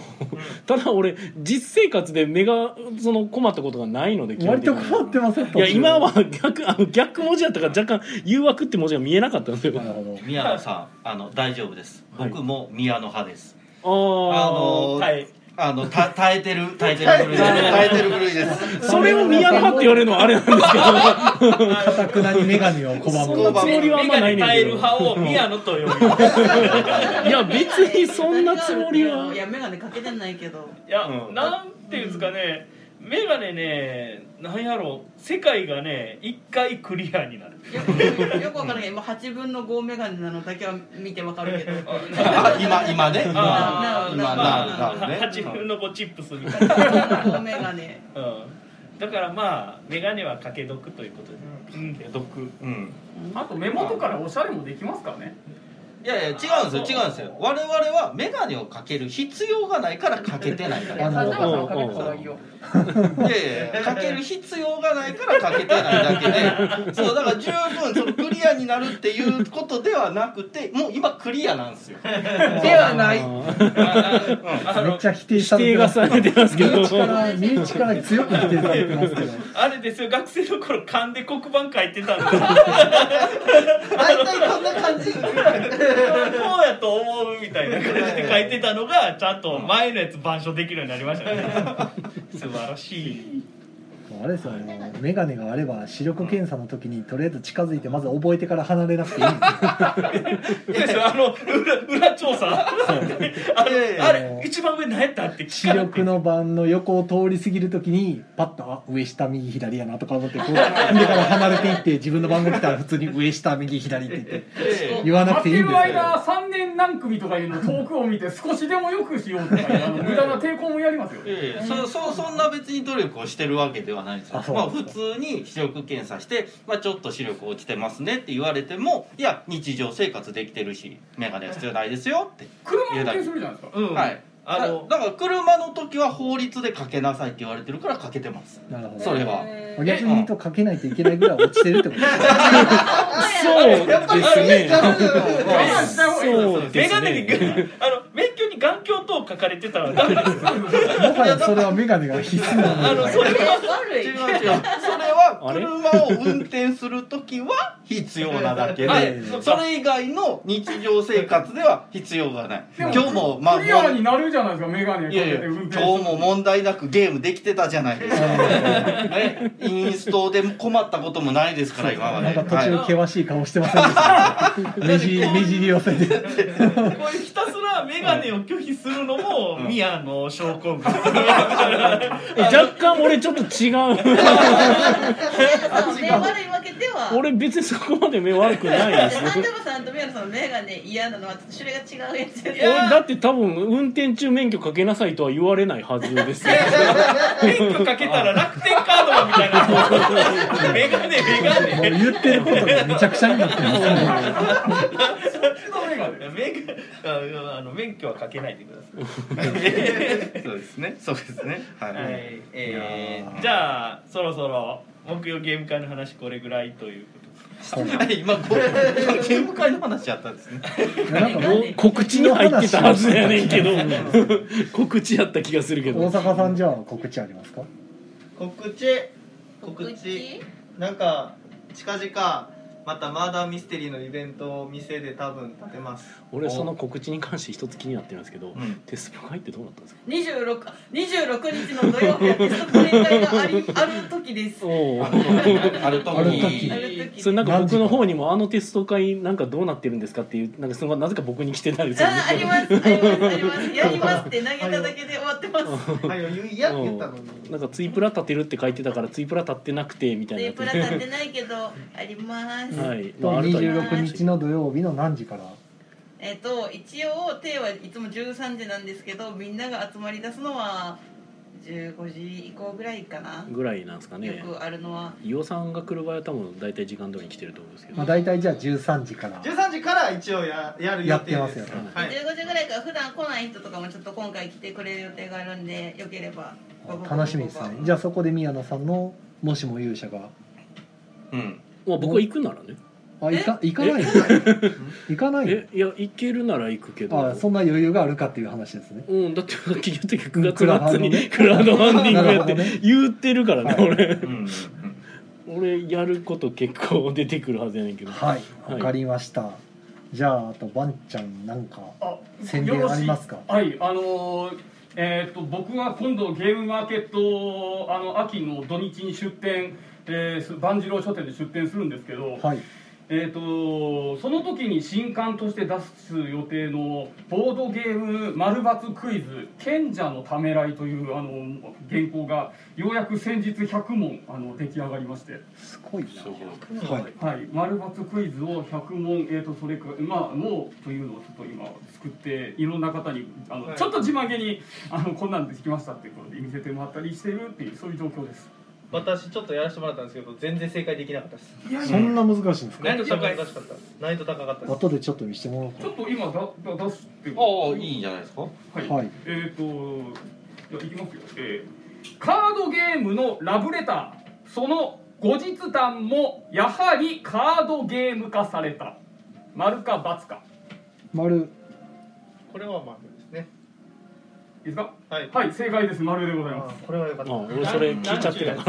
S1: ただ俺実生活で目がその困ったことがないので基本
S2: 割
S1: 的
S2: と
S1: に
S2: 困ってません
S1: いや今は逆あの逆文字やったから若干「誘惑」って文字が見えなかったんですよ
S2: なるほ
S7: 宮野さんあの大丈夫です
S1: はい
S7: 僕も宮野派です
S1: あー
S7: あの
S3: はい
S7: あのた耐えてる耐えてる部類です耐えてる部類です
S1: それを見誤って言われるのはあれなんですけど
S2: かたくなに眼鏡を拒
S1: そ
S2: む
S1: んなつもりはあんまないねん
S3: 耐
S1: け
S3: え
S1: ど
S3: る派を宮野と呼ぶ。
S1: いや別にそんなつもりはい
S6: や眼鏡かけてないけど
S3: いや、
S7: うん
S3: なんていうんですかね眼鏡ねなんやろう世界がね一回クリアになる
S6: よくよくわからないけど今8分の5眼鏡なのだけは見てわかるけど
S7: あ今今ね今
S3: あー
S7: 今
S3: まあ
S7: なるなるね
S3: 八分の5チップスみたいな、うん、
S6: 5眼鏡
S3: だからまあ眼鏡はかけ毒ということで、うん、かけ毒
S7: うん
S4: あと目元からおしゃれもできますからね
S7: いやいや違うんですよ違うんですよ我々は眼鏡をかける必要がないからかけてないだけ
S5: いや立山さんかけた方がいいよ
S7: いやいやかける必要がないからかけてないだけでそうだから十分そのクリアになるっていうことではなくてもう今クリアなんですよ、
S5: ではない
S3: あ
S2: めっ
S3: の
S2: ちゃ否定
S1: 否
S2: さ
S1: 定
S2: れて
S1: が
S2: ます
S1: されてますけ
S2: 身
S1: ど
S2: 内から身内から強く否定されてますけど
S3: あれですよ学生の頃勘で黒板書いてたんですよ
S8: 大体こんな感 じ
S3: こうやと思うみたいな感じで書いてたのがちゃんと前のやつ板書できるようになりましたね素晴らしい
S2: あれですよね眼鏡があれば視力検査の時にとりあえず近づいてまず覚えてから離れなくていいんですよ
S3: ですよあの裏裏調査あれあれ一番上何やったって
S2: 視
S3: 聞かれて
S2: 力の番の横を通り過ぎる時にパッとあ上下右左やなとか思ってこうでから離れていって自分の番が来たら普通に上下右左って言って言わな
S4: 待
S2: く
S4: って
S2: い
S4: て
S2: いんです
S4: る
S2: よ
S4: 間3年何組とかいうの遠くを見て少しでもよくしようとかいうあの無駄な抵抗もやりますよ
S7: いやいやそそそんな別に努力をしてるわけではないんですよ
S2: あそう
S7: まあ普通に視力検査して、まあ、ちょっと視力落ちてますねって言われてもいや日常生活できてるし眼鏡は必要ないですよって、
S4: 車運転するじゃないですか
S3: うん
S7: はい
S3: あ
S7: あ
S3: の
S7: だから車の時は法律でかけなさいって言われてるからかけてます
S2: なるほど
S7: それは
S2: まあ逆に言うとかけないといけないぐらい落ちてるってことですね
S1: そうですねそうで
S4: メガネした方がいいです
S3: 眼
S1: す
S3: 鏡に
S1: ね
S3: あの免許に眼鏡等書かれてたらダメですよ
S2: もはやそれは眼鏡が必須なの
S3: あのそれは
S6: 悪
S7: 違う違う
S6: い
S7: それは車を運転する時は必要なだけ
S2: は
S7: で
S2: い
S7: それ以外の日常生活では必要がない今日もまあ
S4: クリアになるじゃないですかメガネか
S7: いやい
S4: け
S7: や
S4: て運
S7: 今
S4: 転
S7: 日
S4: する
S7: も問題なくゲームできてたじゃないですか、ね、インストで困ったこともないですから今ま
S2: なん
S7: で
S2: か途中
S7: はい
S2: 険しい顔してませんでしたね目尻目尻寄せて
S3: こういうひたすら眼鏡を拒否するのも宮の証拠物
S1: え若干俺ちょっと違う
S6: 目悪いわけでは
S1: 俺別にそこまで目悪くないです
S6: サンタマさんと宮野さんの眼鏡嫌なのはちょっと種類が違うやつ
S1: 俺
S6: で
S1: だって多分運転中免許かけなさいとは言われないはずですよ
S3: 免許かけたら楽天カードみたいな眼鏡眼
S2: もう言ってることがめちゃくちゃになってますね
S3: 鏡眼鏡あの免許はかけないでください
S7: そうですねそうですねはい、
S3: はい、
S2: い
S3: え
S2: や
S3: ー、
S2: ー
S3: じゃあそろそろ木曜ゲーム会の話これぐらいということで
S7: はい今こう今ゲーム会の話やったんですね
S2: いやなんかもう
S1: 告知に入ってたはずやねんけど告知やった気がするけ
S2: 大
S1: ど
S2: 阪さんじゃあ告知ありますか
S8: 告知告知なんか近々またマーダーミステリーのイベントを店で多分立てます
S1: 俺その告知に関して一つ気になってるんですけど
S7: うん
S1: テスト会ってどうなったんですか
S6: 二十六二十六日の土曜日はテストプレイ会がありある時です
S1: お
S7: あ
S1: お
S7: のある
S2: ある
S7: 時
S2: 時
S6: ある時
S1: それなんか僕の方にもあのテスト会なんかどうなってるんですかっていうなんかそのなぜか僕に来てたりするんで
S6: あ
S1: すけ
S6: あり
S1: ど
S6: ますありますありますやりますって投げただけで終わってます
S8: はいよ言いやって言ったのに
S1: なんかツイプラ立てるって書いてたからツイプラ立ってなくてみたいなや
S6: テー
S1: つ
S6: プラ立ってないけどあります、
S1: はい、まあ、あるとは言って
S2: 26
S1: ました
S2: 日の土曜日の何時から
S6: えっと一応手はいつも13時なんですけどみんなが集まり出すのは15時以降ぐらいかな、
S1: ぐらいなんですかね
S6: よくあるのは
S1: 伊予さんが来る場合は多分大体時間通りに来てると思うんですけど、
S2: まあ大体じゃあ13時から
S8: 13時から一応ややる予定です
S2: やって
S1: ます
S8: は
S6: 15
S8: い、
S6: 時ぐらいから普段来ない人とかもちょっと今回来てくれる予定があるんでよければ
S2: 楽しみですねじゃあそこで宮野さんのもしも勇者が
S7: うん
S1: まあ、僕は行くならね
S2: あ行か行かないの行かないの
S1: えいや行けるなら行くけ
S2: あ
S1: ど
S2: そんな余裕があるかっていう話ですね
S1: うん、だって企業的に
S2: クラ
S1: 9
S2: ファ
S1: 月末
S2: ンの
S1: に
S2: ね
S1: クラウドファンディングやっ
S2: なるほどね
S1: て言ってるからね
S2: はい
S1: 俺
S7: うんうん
S1: 俺やること結構出てくるはずやねんけど
S2: はい
S1: はい
S2: わかりましたじゃああとバンちゃんなんか
S4: あ
S2: 宣伝ありますか
S4: よろしいはいあのーえーっと僕は今度ゲームマーケットあの秋の土日に出店、えーす万次郎書店で出店するんですけど、
S2: はい
S4: えー、とその時に新刊として出す予定のボードゲーム丸×クイズ「賢者のためらい」というあの原稿がようやく先日100問あの出来上がりまして、
S2: すごいな
S1: すごい
S2: はい
S4: はい、丸×クイズを100問、えー、とそれかまあもうというのをちょっと今作っていろんな方にあの、
S8: はい
S4: ちょっと自慢げにあのこんなんできましたっていうことで見せてもらったりしてるっていうそういう状況です。
S8: 私ちょっとやらせてもらったんですけど全然正解できなかったです
S2: そんな難しいんですか
S8: 難易度高かったです難易度高かったです
S2: 後でちょっと見せてもらおう
S4: ちょっと今だだ出してる
S7: ああいいんじゃないですか
S4: はい、
S2: はい
S4: えっ、ー、といやいきますよ、えーカードゲームのラブレターその後日談もやはりカードゲーム化された丸か×か
S2: 丸
S8: これはまあですね
S4: いいですか
S8: はい
S4: はい正解です丸でござい
S8: あ
S4: ます
S8: これは良かっ
S1: あ
S8: た
S1: 俺それ聞いちゃってた
S8: な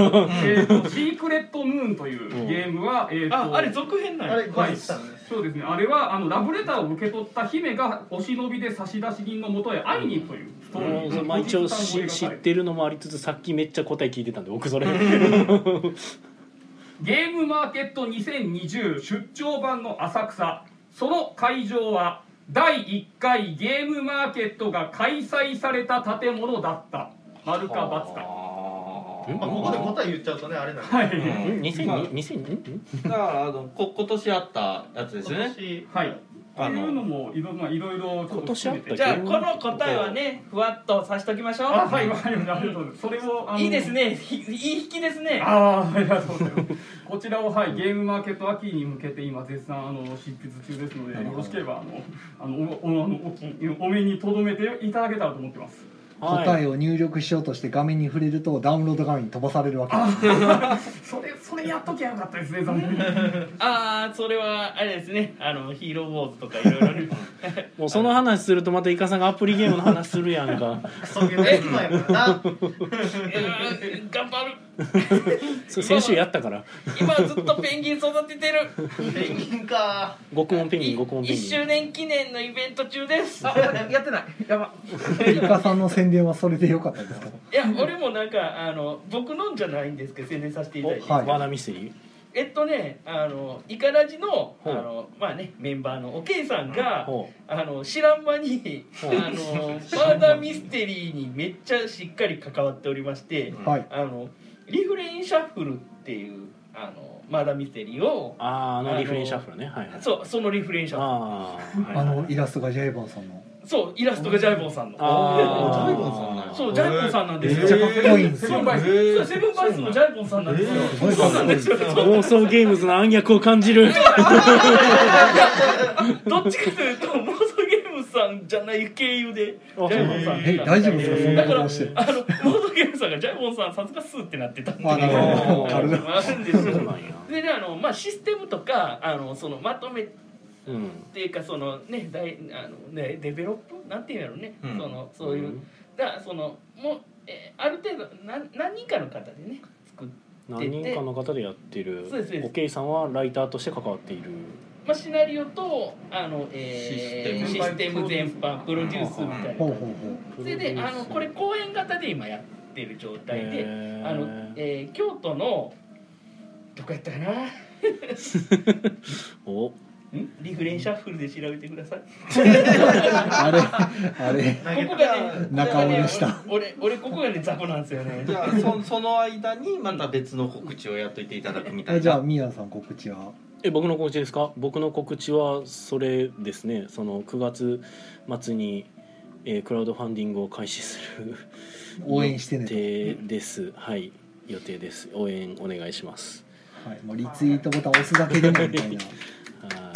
S4: えーとシークレットムーンというゲームは、えーと
S3: ああれ続編なん
S8: あ
S3: や
S8: れ後日談です
S4: そうですねあれはあのラブレターを受け取った姫がお忍びで差出人のもとへ会いに行くというストーリー、
S1: まあ、一応
S4: 後日談を
S1: し
S4: 描
S1: 知
S4: か
S1: っ
S4: れ
S1: てるのもありつつさっきめっちゃ答え聞いてたんで僕それ
S4: ゲームマーケット2020出張版の浅草その会場は第1回ゲームマーケットが開催された建物だった丸か×か
S7: あ
S1: ん
S8: まあここで答え言っちゃうとねあれなんで
S4: はい、
S1: ん2002 2002ん
S7: だからあのこ今年あったやつですよね
S8: 私
S4: はい、と
S7: あ
S4: いうの
S7: の
S4: もいろ,、まあ、いろいろちょっと含めて
S1: 今年
S3: じゃあこの答えはねふわっとさしときましょ
S4: あ
S3: う
S4: はいわかりましたありがとうございますそれをあの
S3: いいですねひいい引きですね
S4: あーありがとうございますこちらをはいゲームマーケット秋に向けて今絶賛あの執筆中ですのでよろしければあのあのおおあのお気お目に留めていただけたらと思ってます
S1: は
S2: 答
S1: い
S2: えを入力しようとして画面に触れるとダウンロード画面に飛ばされるわけです
S4: それそれやっときゃよかった ですね残念
S3: ああそれはあれですねあのヒーローウォーズとかいろい ろね
S1: もうその話するとまたイカさんがアプリゲームの話するやんか
S8: クソゲームやつまやからな
S3: うーん頑張る
S1: それ先週やったから
S3: 今ずっとペンギン育ててる
S8: ペンギンか
S1: 極問ペンギン極問ペン
S3: 1
S1: ギ
S3: 周
S1: ン
S3: 年記念のイベント中です
S5: あややって ないやば
S2: イカさんの宣伝はそれでよかったですか
S3: いや俺もなんかあの僕のんじゃないんですけど宣伝させていただいて、
S1: お
S2: はい
S1: ワナミステリー
S3: えっとねあのイカラジのあ
S1: ほう
S3: のまあねメンバーのおけいさんが
S1: ほ
S3: あの知らん間にあ
S1: ほう
S3: のマーダーミステリーにめっちゃしっかり関わっておりまして
S2: はい
S3: あのリフレインシャッフルっていうあのマーダーミステリーを
S1: あああのリフレインシャッフルねはいはい
S3: そうそのリフレインシャッフ
S1: あーはい
S2: あのイラストがジェイボンさんの
S3: ルそうイラストがジャイボンさんの
S1: あー
S7: ジャイボンさんなんや
S3: そうジャイボンさんなんです
S2: めっちゃかっこいいんです
S4: セブ
S2: よ
S4: ンバイス
S3: そうセブンバイスのジャイボンさんなんですよ、
S2: えー
S3: そうなんですよ
S1: 妄想ゲームズの暗躍を感じる
S3: どっちかというと妄想ゲームさんじゃない経由でジ
S1: あ
S3: ャイボンさん
S2: え大丈夫ですかそんな
S3: だ
S2: こ
S3: か
S2: と
S3: ら
S2: をして
S3: あの妄想ゲームさんがジャイボンさんさすがスーってなってたんで
S2: あなるほど
S1: なる
S2: ほ
S3: あるんです
S1: そう
S3: よ
S1: なんや
S3: でねあの、まあ、システムとかあのそのまとめっ
S1: うん
S3: ていうかそのね大あのねデベロップなんていうんやろうね、
S7: うん
S3: そのそういうだからそのもう、えーある程度な何人かの方でね作っ
S1: 何人かの方でやってる
S3: そうですそうです
S1: おけいさんはライターとして関わっている
S3: まあ、シナリオとあの、えー
S7: シ
S3: シ
S7: ステ
S4: ム
S3: ステム全般プロデュースみたいな
S2: ほうほうほ
S3: それであのこれ公演型で今やってる状態で、
S1: へー
S3: あのえー京都のどこやったかな
S1: お
S3: リフレインシャッフルで調べてください。
S2: うあれあれ
S8: 投げ
S3: ここ
S8: た
S3: がね、
S2: 中尾でした
S3: ここがね俺俺ここがね雑魚なんですよ ね
S7: じ。ゃあそその間にまた別の告知をやっといていただくみたい
S2: え
S7: な
S2: じゃあミヤさん告知は
S1: え僕の告知ですか僕の告知はそれですねその9月末に、えークラウドファンディングを開始する
S2: 応援してねと
S1: 予定ですはい予定です応援お願いします
S2: はいもうリツイートボタン押すだけでもみたいな
S1: は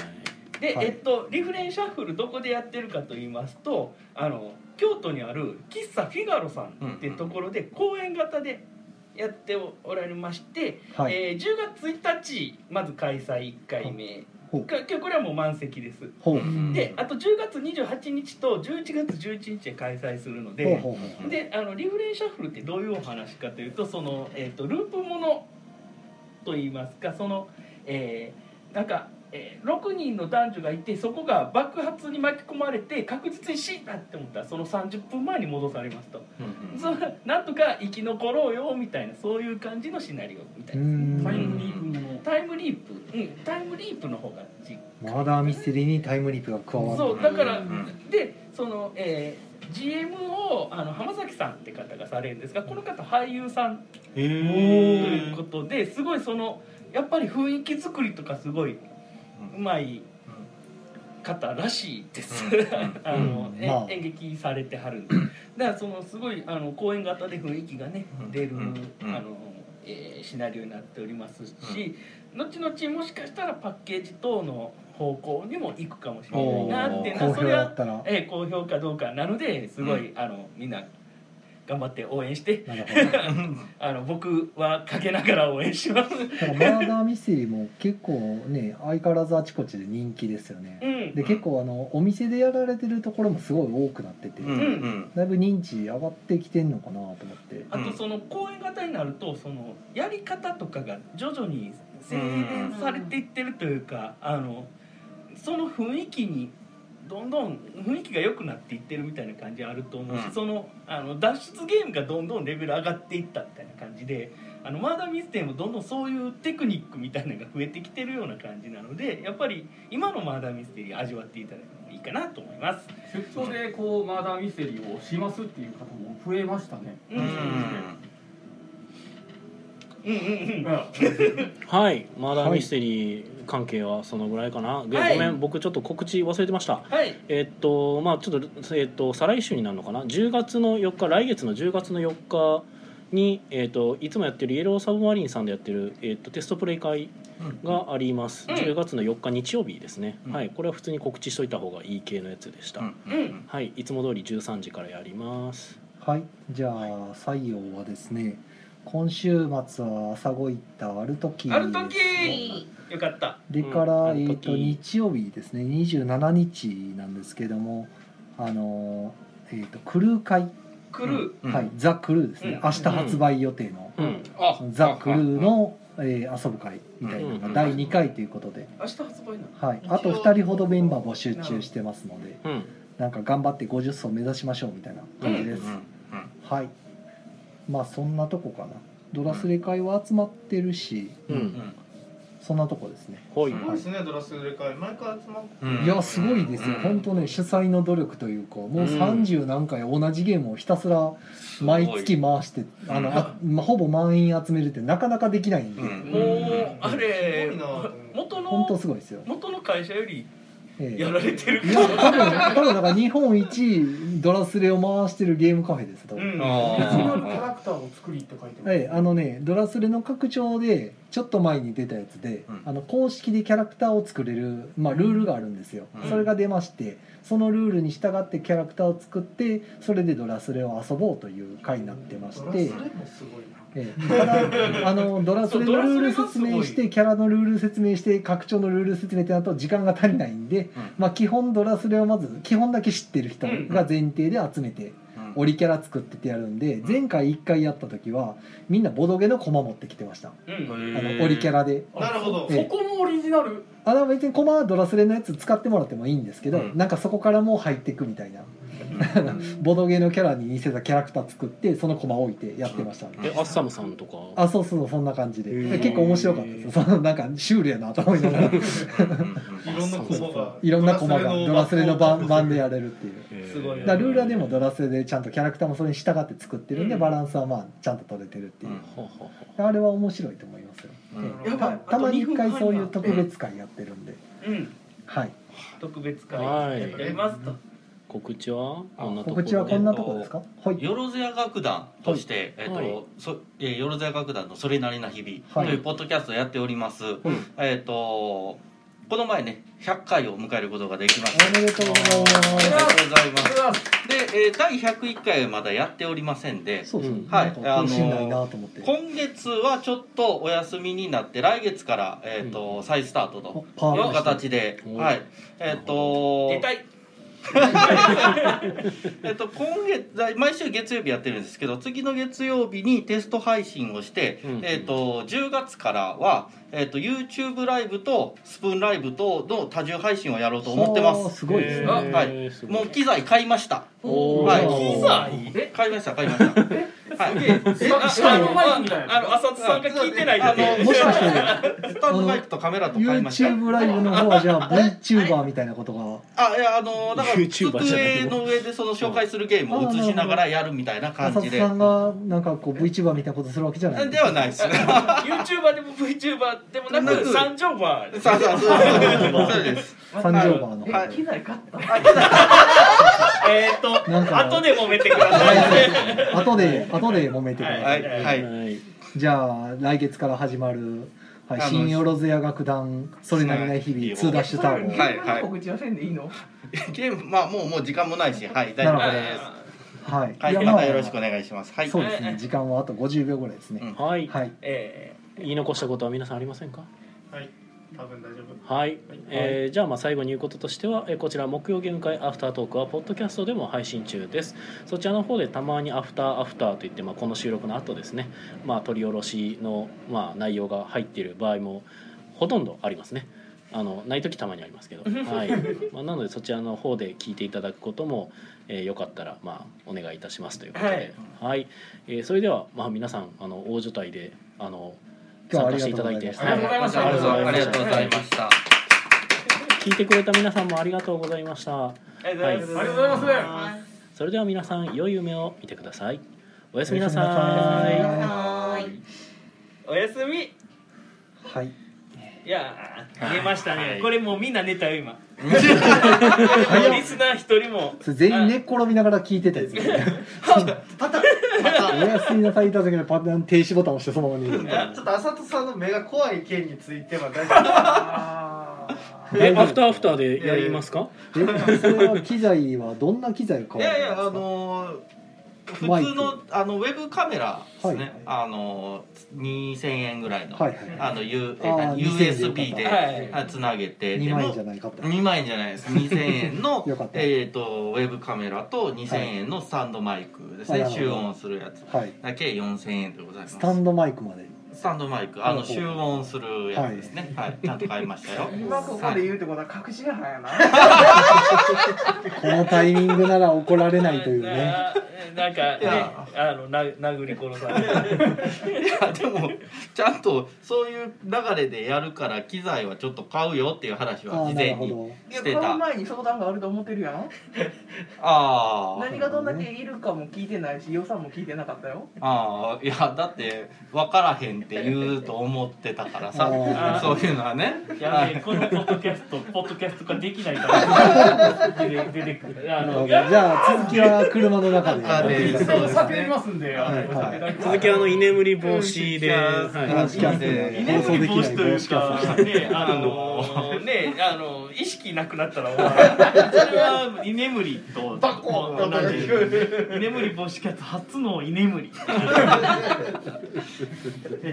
S3: で、
S2: はい
S3: えっとリフレインシャッフルどこでやってるかと言いますと、あの京都にある喫茶フィガロさんってところで公演型でやっておられまして、
S2: はい
S3: えー10月1日まず開催1回目。
S2: ほう
S3: か今日これはもう満席です。
S2: ほうほう
S7: うん
S3: で、あと10月28日と11月11日で開催するので。
S2: ほうほう
S3: であのリフレインシャッフルってどういうお話かというとその、えー、とループものといいますかその、えーなんかえー6人の男女がいてそこが爆発に巻き込まれて確実に死んだって思ったらその30分前に戻されますと、そのなんとか生き残ろうよみたいなそういう感じのシナリオみたいな、
S2: うん
S4: タイムリープもの
S3: タイムリープ、うん、タイムリープの方がじ
S2: マーダーミステリーにタイムリープが加わ
S3: そ
S2: る
S3: うだから、
S7: うんうん
S3: でその、えー GM をあの浜崎さんって方がされるんですがこの方俳優さん
S1: へ
S3: と
S1: え
S3: いうことですごいそのやっぱり雰囲気作りとかすごいうまい方らしいです、
S7: うん
S3: あの、
S2: うん
S3: え
S2: まあ
S3: 演劇されては るんでだからそのすごいあの公演型で雰囲気がね
S7: うん
S3: 出る、
S7: うんうん
S3: あのえーシナリオになっておりますし、後々もしかしたらパッケージ等の方向にも行くかもしれないなっていうの
S2: 好
S3: はそ
S2: 評
S3: れ
S2: だ
S3: は
S2: ったら
S3: えー、好評かどうかなのですごい、あのみんな頑張って応援して
S2: なるほどだか
S3: あの僕はかけながら応援し ます。う
S2: らマーダーミステリーも結構ね相変わらずあちこちで人気ですよね
S3: ん、
S2: で結構あのお店でやられてるところもすごい多くなってて
S7: うんうん
S2: だいぶ認知上がってきてんのかなと思って
S3: あとその公演型になるとそのやり方とかが徐々に洗練されていってるというか、あのその雰囲気にどんどん雰囲気が良くなっていってるみたいな感じあると思うし、
S7: うん
S3: そのあの脱出ゲームがどんどんレベル上がっていったみたいな感じであのマーダーミステリーもどんどんそういうテクニックみたいなのが増えてきてるような感じなのでやっぱり今のマーダーミステリー味わっていただいてもいいかなと思います。
S4: 出張でこうマーダーミステリーをしますっていう方も増えましたね、
S3: うんうんうんうん
S1: はいマーダーミステリー関係はそのぐらいかな、で
S3: はい
S1: ごめん僕ちょっと告知忘れてました
S3: はい
S1: えっとまあちょっと、えっと、再来週になるのかな10月の4日来月の10月の4日に、えっと、いつもやってるイエローサブマリンさんでやってる、えっと、テストプレイ会があります、
S3: うん
S1: 10月の4日日曜日ですね、
S7: うん
S1: はいこれは普通に告知しといた方がいい系のやつでした、
S7: うん
S3: うん
S1: はいいつも通り13時からやります
S2: はいじゃあ採用はですね今週末は朝ごいったある時
S3: ある時
S6: い
S3: よかった。
S2: でから、
S1: うん
S2: えー、と
S1: あの時
S2: 日曜日ですね27日なんですけどもあのー、えー、とクルー会、
S3: 来る。
S7: うん
S2: はい、ザ・クルーですね、
S3: うん
S2: 明日発売予定の、
S1: うん
S7: あ
S2: ザ・クルーの、えー遊ぶ会みたいなの
S1: うんうん
S2: が
S1: うん
S2: 第2回ということで、
S3: 明日発売なの。
S2: はい、あと2人ほどメンバー募集中してますので
S1: うん
S2: なんか頑張って50層目指しましょうみたいな感じです、はいまあそんなとこかなドラスレ会は集まってるし、
S1: う
S7: うんん
S2: そんなとこですね
S1: ほい、
S7: うん
S8: すごいですねドラスレ会毎回集まっ
S7: うん
S2: いやすごいですよ、
S7: うん
S2: 本当ね主催の努力というかもう30何回同じゲームをひたすら
S7: すごい
S2: 毎月回してあの、あまほぼ満員集めるってなかなかできないんで、
S7: うん
S3: もうあれ
S8: すごいなと思う
S3: 元
S2: 本当
S3: の
S2: すごいですよ、
S3: 元の会社より
S2: ええ
S3: やられてる
S2: い。や多分多分だから日本一ドラスレを回してるゲームカフェですと、
S3: う
S2: 分
S3: ん。
S4: オ
S7: あ
S4: リジナルキャ
S7: ー
S4: ラクターを作りって書いてます、
S2: ええあのねドラスレの拡張でちょっと前に出たやつで、
S7: うん
S2: あの公式でキャラクターを作れる、まあ、ルールがあるんですよ、
S7: うん
S2: それが出ましてそのルールに従ってキャラクターを作ってそれでドラスレを遊ぼうという回になってまし
S8: ドラスレ
S2: て、
S8: もすごいな
S2: ええただあのドラスレのルール説明してキャラのルール説明して拡張のルール説明ってなると時間が足りないんで、まあ、基本ドラスレをまず基本だけ知ってる人が前提で集めて。オリキャラ作ってってやるんで前回1回やった時はみんなボドゲの駒持ってきてましたあ
S3: うん。
S2: のオリキャラで
S8: なるほど
S2: ええ
S4: そこもオリジナル
S2: あの別に駒はドラスレのやつ使ってもらってもいいんですけど、
S7: うん
S2: なんかそこからもう入っていくみたいな ボドゲのキャラに似せたキャラクター作ってその駒置いてやってました、
S1: えアッサムさんとか
S2: あそうそうそんな感じで
S1: へー
S2: 結構面白かったですそのなんかシュールやなと思いながら
S8: いろんな駒が
S2: いろんな駒がドラスレの番番でやれるっていう
S1: えー
S8: すごい
S2: だからルーラーでもドラスレでちゃんとキャラクターもそれに従って作ってるんで、
S3: うん
S2: バランスはまあちゃんと取れてるっていう、
S1: ははは
S2: あれは面白いと思いますよ、
S7: うん
S2: ええ
S3: やばい
S2: たたまに
S3: あと
S2: 一
S3: 2分半
S2: 回そういう特別会やってるんで、
S3: うん。
S2: はい
S3: 特別会やりますと。
S1: 告知はこんなところ
S2: 告知はこんなとこですか、はい
S7: よろずや楽団として、えっと
S1: はい
S7: そえーよろずや楽団の「それなりな日
S2: はい
S7: 々」というポッドキャストをやっております、えっ、とこの前ね100回を迎えることができました
S2: おめでとうござい
S7: あり
S2: ま
S7: がとうございますで、えー第101回はまだやっておりませんです
S2: そうそう、
S1: うん
S2: な
S7: はい
S2: んか更新ないなと思って、
S7: 今月はちょっとお休みになって来月から、えーと再スタートと
S2: パ
S7: いう
S2: ワーアップして
S7: 形で、
S1: うん
S7: はいえっ、
S1: なるほ
S7: と
S3: 出たい。
S7: えっと今月毎週月曜日やってるんですけど次の月曜日にテスト配信をして、
S1: うんうん
S7: えっと10月からは、えっと YouTube ライブとスプーンライブとの多重配信をやろうと思ってま
S2: はあ
S7: す。
S2: すごいです
S1: え
S2: ね。
S1: ー
S7: はい
S1: すごい
S7: もう機材買いました。
S1: おー
S7: はい
S3: 機材
S7: 買いました買いました。はい。
S4: スタスタンドマイクみたいな
S3: あの浅津さんが聞いてない
S7: あ
S3: だけ
S7: の
S2: もしかして
S7: スタンドマイクとカメラと買いました。
S2: YouTube ライブの方はじゃあ VTuber みたいなことが。
S7: あいやあのだから
S1: YouTuber じゃない
S7: 机の上でその紹介するゲームを映しながらやるみたいな感
S2: 浅
S7: じ
S2: 田
S7: で。
S2: さんがなんかこう VTuber みたいなことするわけじゃない
S7: ではないです。
S3: YouTuber でも VTuber でもな
S7: な
S3: く
S7: く
S3: 三条バー
S7: そうそうそうそうです。
S2: サンジョーバーの。
S5: え機材買った
S3: えーっと
S2: なんか
S3: 後で揉めてくださいね
S2: 後で後で揉めてくださ。
S7: はいいはい。
S1: はい
S2: じゃあ来月から始まる、はい、
S7: あの
S2: 新よろずや楽団それなりない日々ツーダッシュターボ。
S7: はいはい
S5: 告知はせんでいいの
S7: ゲームまあもうもう時間もないし、はい大丈夫です。
S2: はい。
S7: はいい
S2: や
S7: またよろしくお願いします。はい。
S2: そうですね。時間はあと50秒ぐらいですね。
S1: はい、
S2: はい。
S3: え
S1: 言い残したことは皆さんありませんか
S8: はい多分大丈夫
S1: はい、えーじゃあまあ最後に言うこととしては、えーこちら木曜ゲーム会アフタートークはポッドキャストでも配信中ですそちらの方でたまにアフターアフターといって、まあ、この収録の後ですね、まあ、取り下ろしの、まあ、内容が入っている場合もほとんどありますねあのない時たまにあります けど、はいまあ、なのでそちらの方で聞いていただくことも、えーよかったら、まあ、お願いいたしますということで、はいえーそれでは、まあ、皆さんあの大所帯であの
S2: 今
S1: 参加
S2: 日は
S1: していただいて
S2: ありがとうございました
S4: ありがとうございました
S7: ありがとうございましたあ
S1: 聞
S7: りがとうございました。
S1: いてくれた皆さんもありがとうございました
S3: ー、ありがとうございます、
S4: ありがとうございま
S6: は
S1: それでは皆さん良い夢を見てくださいおやすみな
S2: おやすみな
S1: さ
S2: さ
S1: い
S2: い
S6: ーい。
S3: おやすみ
S2: はい。
S3: いやー寝ましたね、
S7: はい
S3: これもうみんな寝たよ今もうリスナー一人も
S2: それ全員寝っ転びながら聞いてたやつ、ね。 おやすみなさいいただけでパターン停止ボタン押してそのまま寝る。
S8: ちょっと浅田さんの目が怖い件については大丈
S1: えアフターアフターでやりますか、
S2: えそれは機材はどんな機材を
S7: い
S2: 買わ
S7: や
S2: れ
S7: い
S2: たんですか
S7: やあのー
S2: マイ
S7: 普
S2: ク
S7: 通のあのウェブカメラですね。
S2: はい
S7: あのー2000円ぐらいの、
S2: はいはい
S7: あの U え
S2: あー
S7: 何 USB
S2: 2000
S7: で
S2: よ
S3: かった
S7: はいつなげて
S2: 2枚じゃ
S7: でも
S2: ないかった
S7: 2万円じゃないです2000円 の
S2: よかった
S7: えー、とウェブカメラと2000円のスタンドマイクですね、
S2: はい
S7: 集音するやつ
S2: はい
S7: だけ4000円でございます
S2: スタンドマイクまで
S7: スタンドマイクあ
S2: ほ
S7: の
S2: うほう
S7: 集音するやつですねはい、ちゃんと買いましたよ
S5: 今ここで言うってことは確信犯やな
S2: このタイミングなら怒られないというね
S3: ななんか
S7: い
S3: ね
S7: や
S3: あのな殴り殺され る
S7: いやでもちゃんとそういう流れでやるから機材はちょっと買うよっていう話
S2: あ
S7: は
S2: あ
S7: 事
S2: なる
S7: 前
S2: ほ
S7: に
S2: ど
S5: い
S7: し
S5: や
S7: て
S5: 買
S7: た
S5: う前に相談があると思ってるやん
S7: あー
S5: 何がどんだけいるかも聞いてないし予算も聞いてなかったよ
S7: あーいやだって分からへんって言うと思ってたから
S2: あ
S7: さ
S2: ー
S7: そういうのはね
S3: やべえこのポッドキャストポッドキャスト化できないから 出て出てくる
S2: な
S3: あ
S2: るほ
S3: の
S2: どじゃあ続きは車の中で
S7: 中で
S4: 一応酒飲みますんで、あの
S2: はいはい
S4: お酒だけ
S1: 続きはあの居眠り防止で、
S2: は
S1: はいい、
S2: キャンセルで
S3: ね
S2: 放送でき
S3: 防
S2: ない
S3: 止というかねあの ねあの意識なくなったら終わるそれは居眠りと
S8: バコ
S3: 同じ居眠り防止キャッツ初の居眠り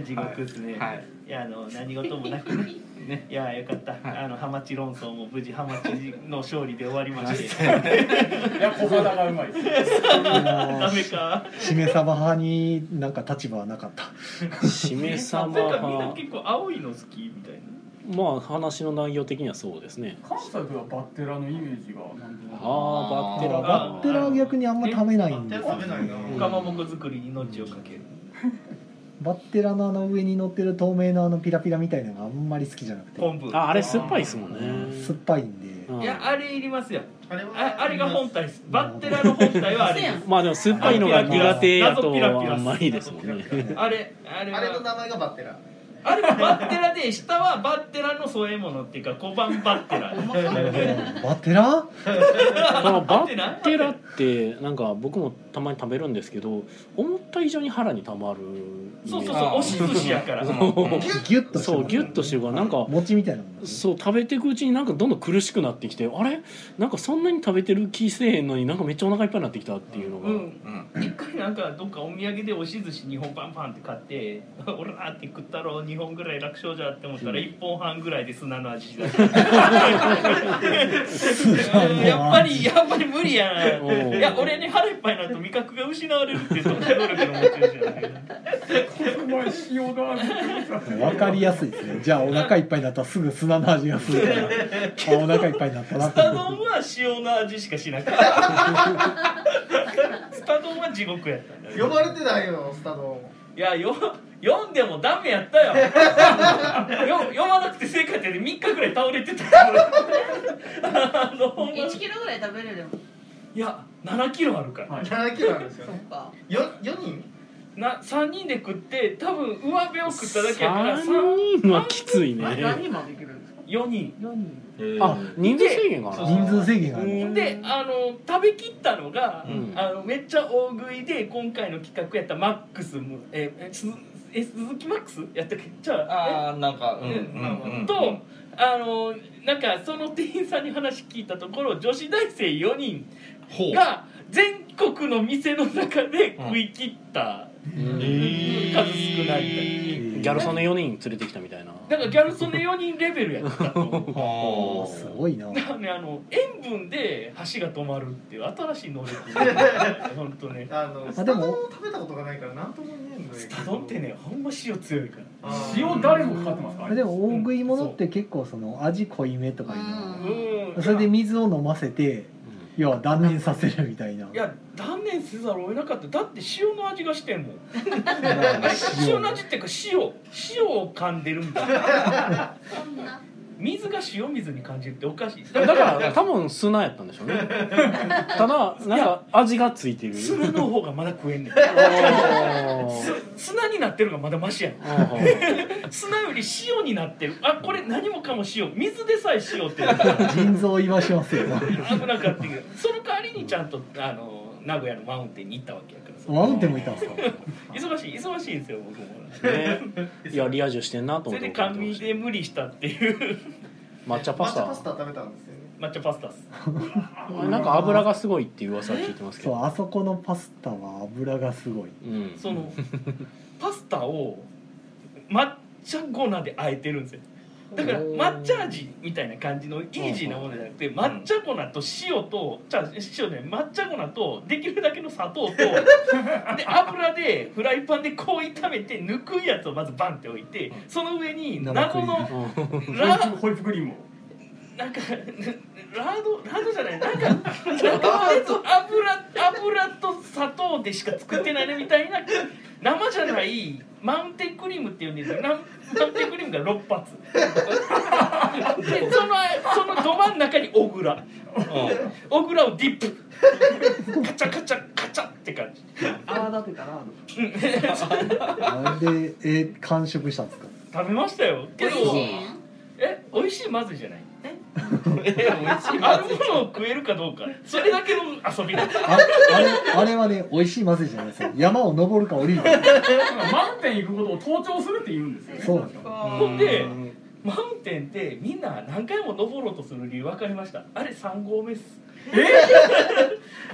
S3: 地獄ですね、
S7: はい
S3: いやあの何事もなくねねいやよかった、あのハマチ論争も無事ハマチの勝利で終わりまして
S4: いや小肌がうまいです。
S3: ダメか
S2: しめさば派になんか立場はなかった
S1: しめさ
S3: なん
S1: ま
S3: かみんな
S1: は
S3: 結構青いの好きみたい
S1: まあ話の内容的にはそうですね
S4: 関西ではバッテラのイメージがなんとなく
S1: ああバッテラ
S2: あバッテラは逆にあんま食べないんですよ
S8: 食べないな
S3: なかまぼこ作りに命をかける
S2: バッテラのあの上に乗ってる透明のあのピラピラみたいなのがあんまり好きじゃなくて
S3: 昆布
S1: ああれ酸っぱいですもんね
S2: 酸っぱいんで
S1: うん
S3: いやあれいりますよ
S8: 夫あれ
S3: あ
S8: は
S3: あれが本体ですバッテラの本体はあれ
S6: せ
S3: で
S6: やん
S3: す。
S1: まあでも酸っぱいのが苦手やとあんまりですもんね
S3: あれあれは
S8: あれの名前がバッテラ
S3: あれはバッテラで下はバッテラの添え物っていうか小判バッテラ
S6: ほんまか
S2: バッテラ
S1: あのバッテラってなんか僕もたまに食べるんですけど思った以上に腹にたまる
S3: そうそう
S1: イメージ
S3: そう押し寿司やから
S2: ギュッとして
S1: そうギュッとしてるからなんか
S2: 餅みたいなもんね
S1: そう食べていくうちになんかどんどん苦しくなってきてあれなんかそんなに食べてる気せえへんのになんかめっちゃお腹いっぱいになってきたっていうのが、
S3: うん
S7: うん
S3: 一回ななんかどっかお土産で押し寿司2本パンパンって買って 「おら」って食ったろ2本ぐらい楽勝じゃって思ったら1本半ぐらいで砂の味しだしたうんやっぱりやっぱり無理や
S1: お
S3: ん
S1: う
S3: いや俺ね腹いっぱいになると味覚が失われるっていうその能力の持ち主なんだよね
S4: うまい塩が
S2: わかりやすいですねじゃあお腹いっぱいになったらすぐ砂の味がする からあお腹いっぱいになったな
S3: ス
S2: って
S3: タドンは塩の味しかしなかったスタドンは地獄やったんだ
S8: 呼
S3: よ
S8: ばれてないよスタド
S3: いやよ読んでもダメやったよ よ読まなくて正解って3日ぐらい倒れてたよあのほんま
S6: 1キロぐらい食べれるもん
S3: いや7キロあるから、
S4: はい
S8: 7キロあるんですよ
S6: そっ
S8: ね
S6: か
S8: よ4人
S3: な3人で食って多分上辺を食っただけやから
S1: 3人はきついね
S5: あ何人までできるんですか
S3: 4人
S5: 4人
S1: あ人数制限か
S8: そう
S1: な
S2: 人数制限がある
S1: うん
S3: であの食べきったのが、
S1: うん
S3: あのめっちゃ大食いで今回の企画やったマックスむええすえ鈴木マックスやったっけじゃあ
S7: ああなんかうん
S3: え
S7: うんうん
S3: とあのなんかその店員さんに話聞いたところ女子大生4人
S7: ほう
S3: が全国の店の中で食い切った、
S1: うん
S7: えー
S3: 数少ないみたい
S1: ギャル曽根4人連れてきたみたいな
S3: なんかギャル曽根4人レベルやったと思う
S7: はあ
S2: すごいな
S3: だからねあの塩分で箸が止まるっていう新しい能力本当 ね
S8: あのスタ
S2: で
S8: ド
S2: も
S8: ンを食べたことがないからなんとも言えんのよ
S3: スタ丼ってねほんま塩強いから
S8: あー
S4: 塩誰もかかってますから
S2: でも大食い物って結構その味濃いめとかいう
S6: う
S2: の
S3: うん
S2: それで水を飲ませて
S1: う
S2: 要は断念させるみたいない
S3: や断念せざるを得なかっただって塩の味がしてんもん 塩
S2: 塩
S3: の味っていうか塩塩を噛んでるみたいな
S6: そんな
S3: 水が塩水に感じるっておかしい
S1: んだから多分砂やったんでしょうねただなんか味がついてる
S3: 砂の方がまだ食えんねん
S1: おー
S3: す砂になってるのがまだマシやん
S1: おー
S3: 砂より塩になってるあこれ何もかも塩水でさえ塩って言うから
S2: 腎臓を言わしますよ
S3: 危なかったけどその代わりにちゃんとあの名古屋のマウンテンに行ったわけやから
S2: マウンテンもいたんですか
S3: 忙しい忙しいんですよ僕も
S1: ねいやリア充してんなと
S3: そ
S1: 思
S3: れ
S1: っ
S3: で
S1: て
S3: 甘味で無理したっていう
S1: 抹茶パ
S8: 抹
S1: ス
S8: 茶パ
S1: タ
S8: スタ食べたんですよね
S3: 抹茶パスタっす
S1: なんか油がすごいっていう噂は聞いてますけ
S2: そう
S1: ど
S2: あそこのパスタは油がすごい
S1: うん
S3: そのパスタを抹茶粉で和えてるんですよだから抹茶味みたいな感じのイージーなものじゃなくて抹茶粉と塩とじゃあ塩ね抹茶粉とできるだけの 砂糖とで油でフライパンでこう炒めて抜くやつをまずバンって置いてその上に
S2: 生ク
S3: 謎
S2: リーム
S3: の
S1: うん
S3: ラ
S4: ホイップクリームを
S3: なんかラードラードじゃないなんかなんかとりあえず油油と砂糖でしか作ってないねみたいな生じゃないマウンテンクリームっていうんですよなマウンテンクリームが6発でそのそのど真ん中に小倉小倉をディップカチャカチャカチャって感じ
S5: 泡立てたら
S2: なんでえー完食したんですか
S3: 食べましたよけ
S6: 美
S3: ど
S6: 味しいん
S3: え美味しいまずいじゃないえ美味しいあるものを食えるかどうかそれだけの遊びだ
S2: ああれあれはね美味しいまずいじゃないですよ山を登るか降り るか
S4: マウンテン行くことを盗聴するって言うんですよね
S2: そうなんだ
S6: か
S3: ほんでマウンテンってみんな何回も登ろうとする理由分かりましたあれ3合目っす え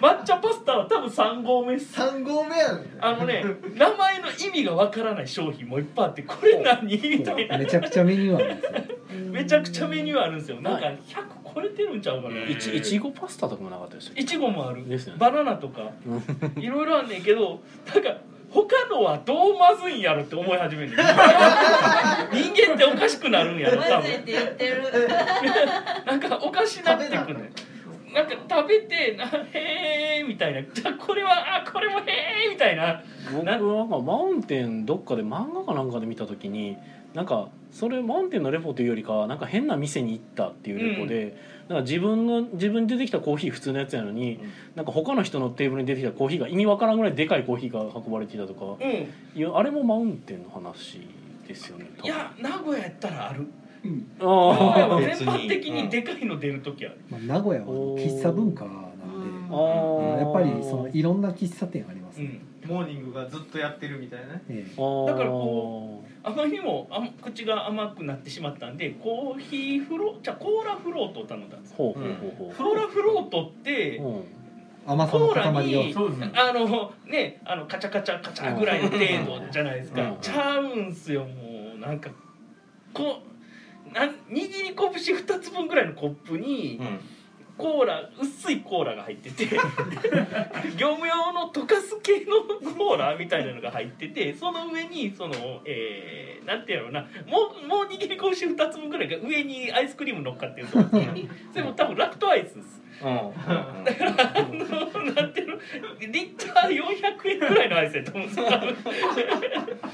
S3: 抹茶パスタは多分3合目っす
S8: 3合目やねん
S3: あのね名前の意味が分からない商品もいっぱいあってこれ何みたいな
S2: めちゃくちゃメニューあるんですよ
S3: めちゃくちゃメニューあるんですよなんか100超えてるんちゃうかない
S1: ちいちごパスタとかもなかったですよ
S3: いちごもある、
S1: ですよね
S3: バナナとかいろいろあんねんけどなんか他のはどうまずいんやろって思い始める 人間っておかしくなるんやろ多
S6: まず
S3: 分
S6: いって言ってる
S3: なんかおかしなってくるなんか食べてなへーみたいなじゃあこれはあこれもへーみたいな
S1: 僕な
S3: な
S1: んかマウンテンどっかで漫画かなんかで見た時になんかそれマウンテンのレポというよりかはなんか変な店に行ったっていうレポで、なんか自分の自分に出てきたコーヒー普通のやつやのに、なんか他の人のテーブルに出てきたコーヒーが意味わからんぐらいでかいコーヒーが運ばれていたとか
S3: うん
S1: いやあれもマウンテンの話ですよね多
S3: い
S1: 分
S3: や名古屋やったらある名古屋
S1: あ
S3: は
S1: ー
S3: 全般的にでかいの出る時ある
S2: まあ名古屋は喫茶文化なんで
S1: あー
S2: やっぱりそのいろんな喫茶店あります
S3: う
S2: ね、
S3: ん
S8: モーニングがずっとやってるみたいなね
S2: ええ
S1: あー
S3: だからこあまりにもあん口が甘くなってしまったんでコーヒーフローじゃあコーラフロートを頼んだんですよ
S1: ほうほうほうほ
S3: フローラフロートって
S1: う、うん
S2: 甘さの
S3: コーラ
S2: 塊を
S3: に
S4: そうですね
S3: あのねあのカチャカチャカチャぐらいの程度じゃないです
S1: う
S3: か
S1: ん
S3: ちゃうんすよもうなんかこうなん握り拳2つ分ぐらいのコップに
S7: うん
S3: コーラ薄いコーラが入ってて 業務用の溶かす系のコーラみたいなのが入っててその上にその、えー、なんていうのなもうもう握り拳2つ分ぐらいが上にアイスクリーム乗っかってると思うんで すよねそれも多分ラクトアイスです
S7: うん
S3: あのなんていうのリッター400円ぐらいのアイスやと思うんですよ多分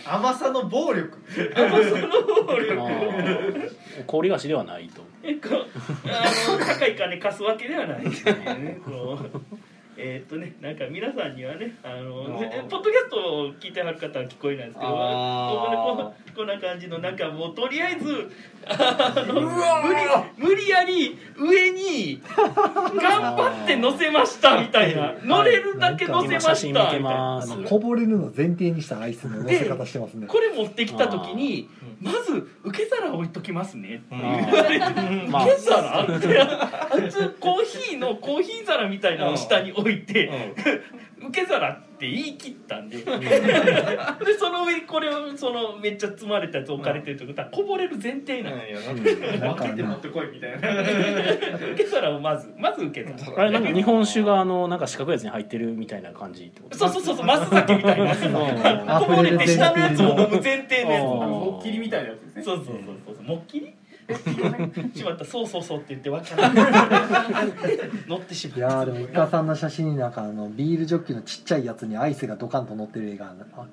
S8: 甘さの暴力
S3: その方
S1: あー氷菓子ではないと
S3: 結構あの高い金貸すわけではないですね。こうえーっとね、なんか皆さんにはねあの
S7: あー
S3: ポッドキャストを聞いてはる方は聞こえないですけど
S7: あー
S3: こうこんなこんな感じのなんかもうとりあえずあの無理無理やり上に頑張って乗せましたみたいな乗れるだけ乗せ
S1: 今
S3: ました
S1: 写
S3: み
S1: 真
S3: た
S1: 見
S3: い
S1: て
S3: な。
S1: ます
S2: あのこぼれるのを前提にしたアイスの乗せ方してますね
S3: これ持ってきた時にまず受け皿置いときますね
S7: う
S1: あ
S7: ん
S1: ーまあ
S3: 受け皿 ってあいつコーヒーのコーヒー皿みたいなのを下に置いて受け皿って言い切ったん ででその上にこれをそのめっちゃ積まれたやつ置かれてるってことはこぼれる前提なんで
S2: なんか
S8: 分けて持ってこいみたいな
S3: 受け皿をまずまず受け皿
S1: あれなんか日本酒があのなんか四角いやつに入ってるみたいな感じってこと
S3: そうそうそうそうマス酒みたいなやつ
S1: うん
S3: こぼれて下のやつも飲む前提のやつ
S1: うん
S4: もっきりみたいなやつですね
S3: そうそうそうそう、もっきり。しまった、そうそうそうって言って、わけわからん乗ってしまっ
S2: い
S3: た。
S2: やーでも一家さんの写真になんかあのビールジョッキのちっちゃいやつにアイスがドカンと乗ってる絵があ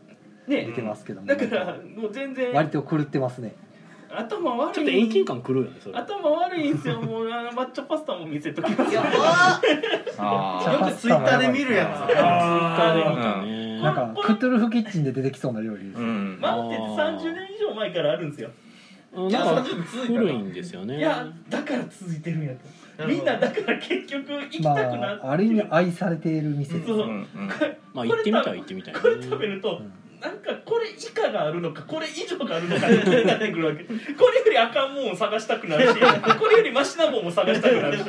S2: 出
S3: ね、
S2: てますけども、
S3: だから、もう全
S2: 割
S3: 然、
S2: と狂ってますね
S3: 頭悪い。
S1: ちょっと遠近感狂うよねそれ
S3: 頭悪いんですよ、もう、あの抹茶パスタも見せときます。
S6: やば
S7: あ
S8: よくツイッターで見るや
S1: あれ
S3: あ
S1: 見たね
S2: なんかクトゥルフキッチンで出てきそうな料理で
S7: ー
S2: す、
S7: うん
S3: 待ってて、三十年以上前からあるんですよ。
S1: うん
S8: つ
S1: なんか
S8: 続
S1: 古いんですよね
S3: いや、だから続いてるんやと。
S8: た
S3: みんな、だから、結局、行きた
S2: ま
S3: くなってる。
S2: あある意味愛されている店です、
S3: そう
S7: うんうん
S1: まあ行ってみたい行ってみたいね
S3: これ食べると、なんかこれ以下があるのかこれ以上があるのかってなってくるわけこれよりあかんもんを探したくなるしこれよりマシなもんも探したくなるし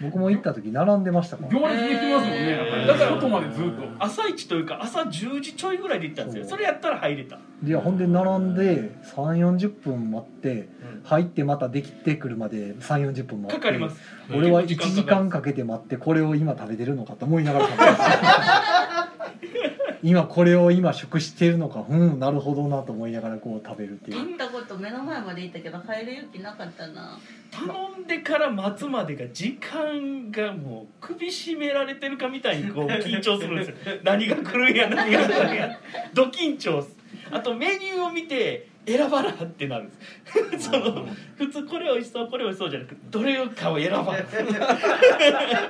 S2: 僕も行った時並んでましたから
S4: 行列できますもんねだから外までずっと
S3: 朝一というか朝10時ちょいぐらいで行ったんですよそれやったら入れた
S2: いやほんで並んで3四4 0分待って入ってまたできてくるまで3 4 0分待
S3: か
S2: って
S3: かります
S2: 俺は1
S3: 結構
S2: 時
S3: かかる
S2: 間かけて待ってこれを今食べてるのかと思いながら食べてました今これを今食してるのかうんなるほどなと思いながらこう食べるっていう
S6: 行ったこと目の前まで行ったけど入る勇気なかったな
S3: 頼んでから待つまでが時間がもう首絞められてるかみたいにこう緊張するん ですよ何が来るんや何が来るんやど緊張っすあとメニューを見て選ばなってなるんですその普通これ美味しそうこれ美味しそうじゃなくてどれかを選ばな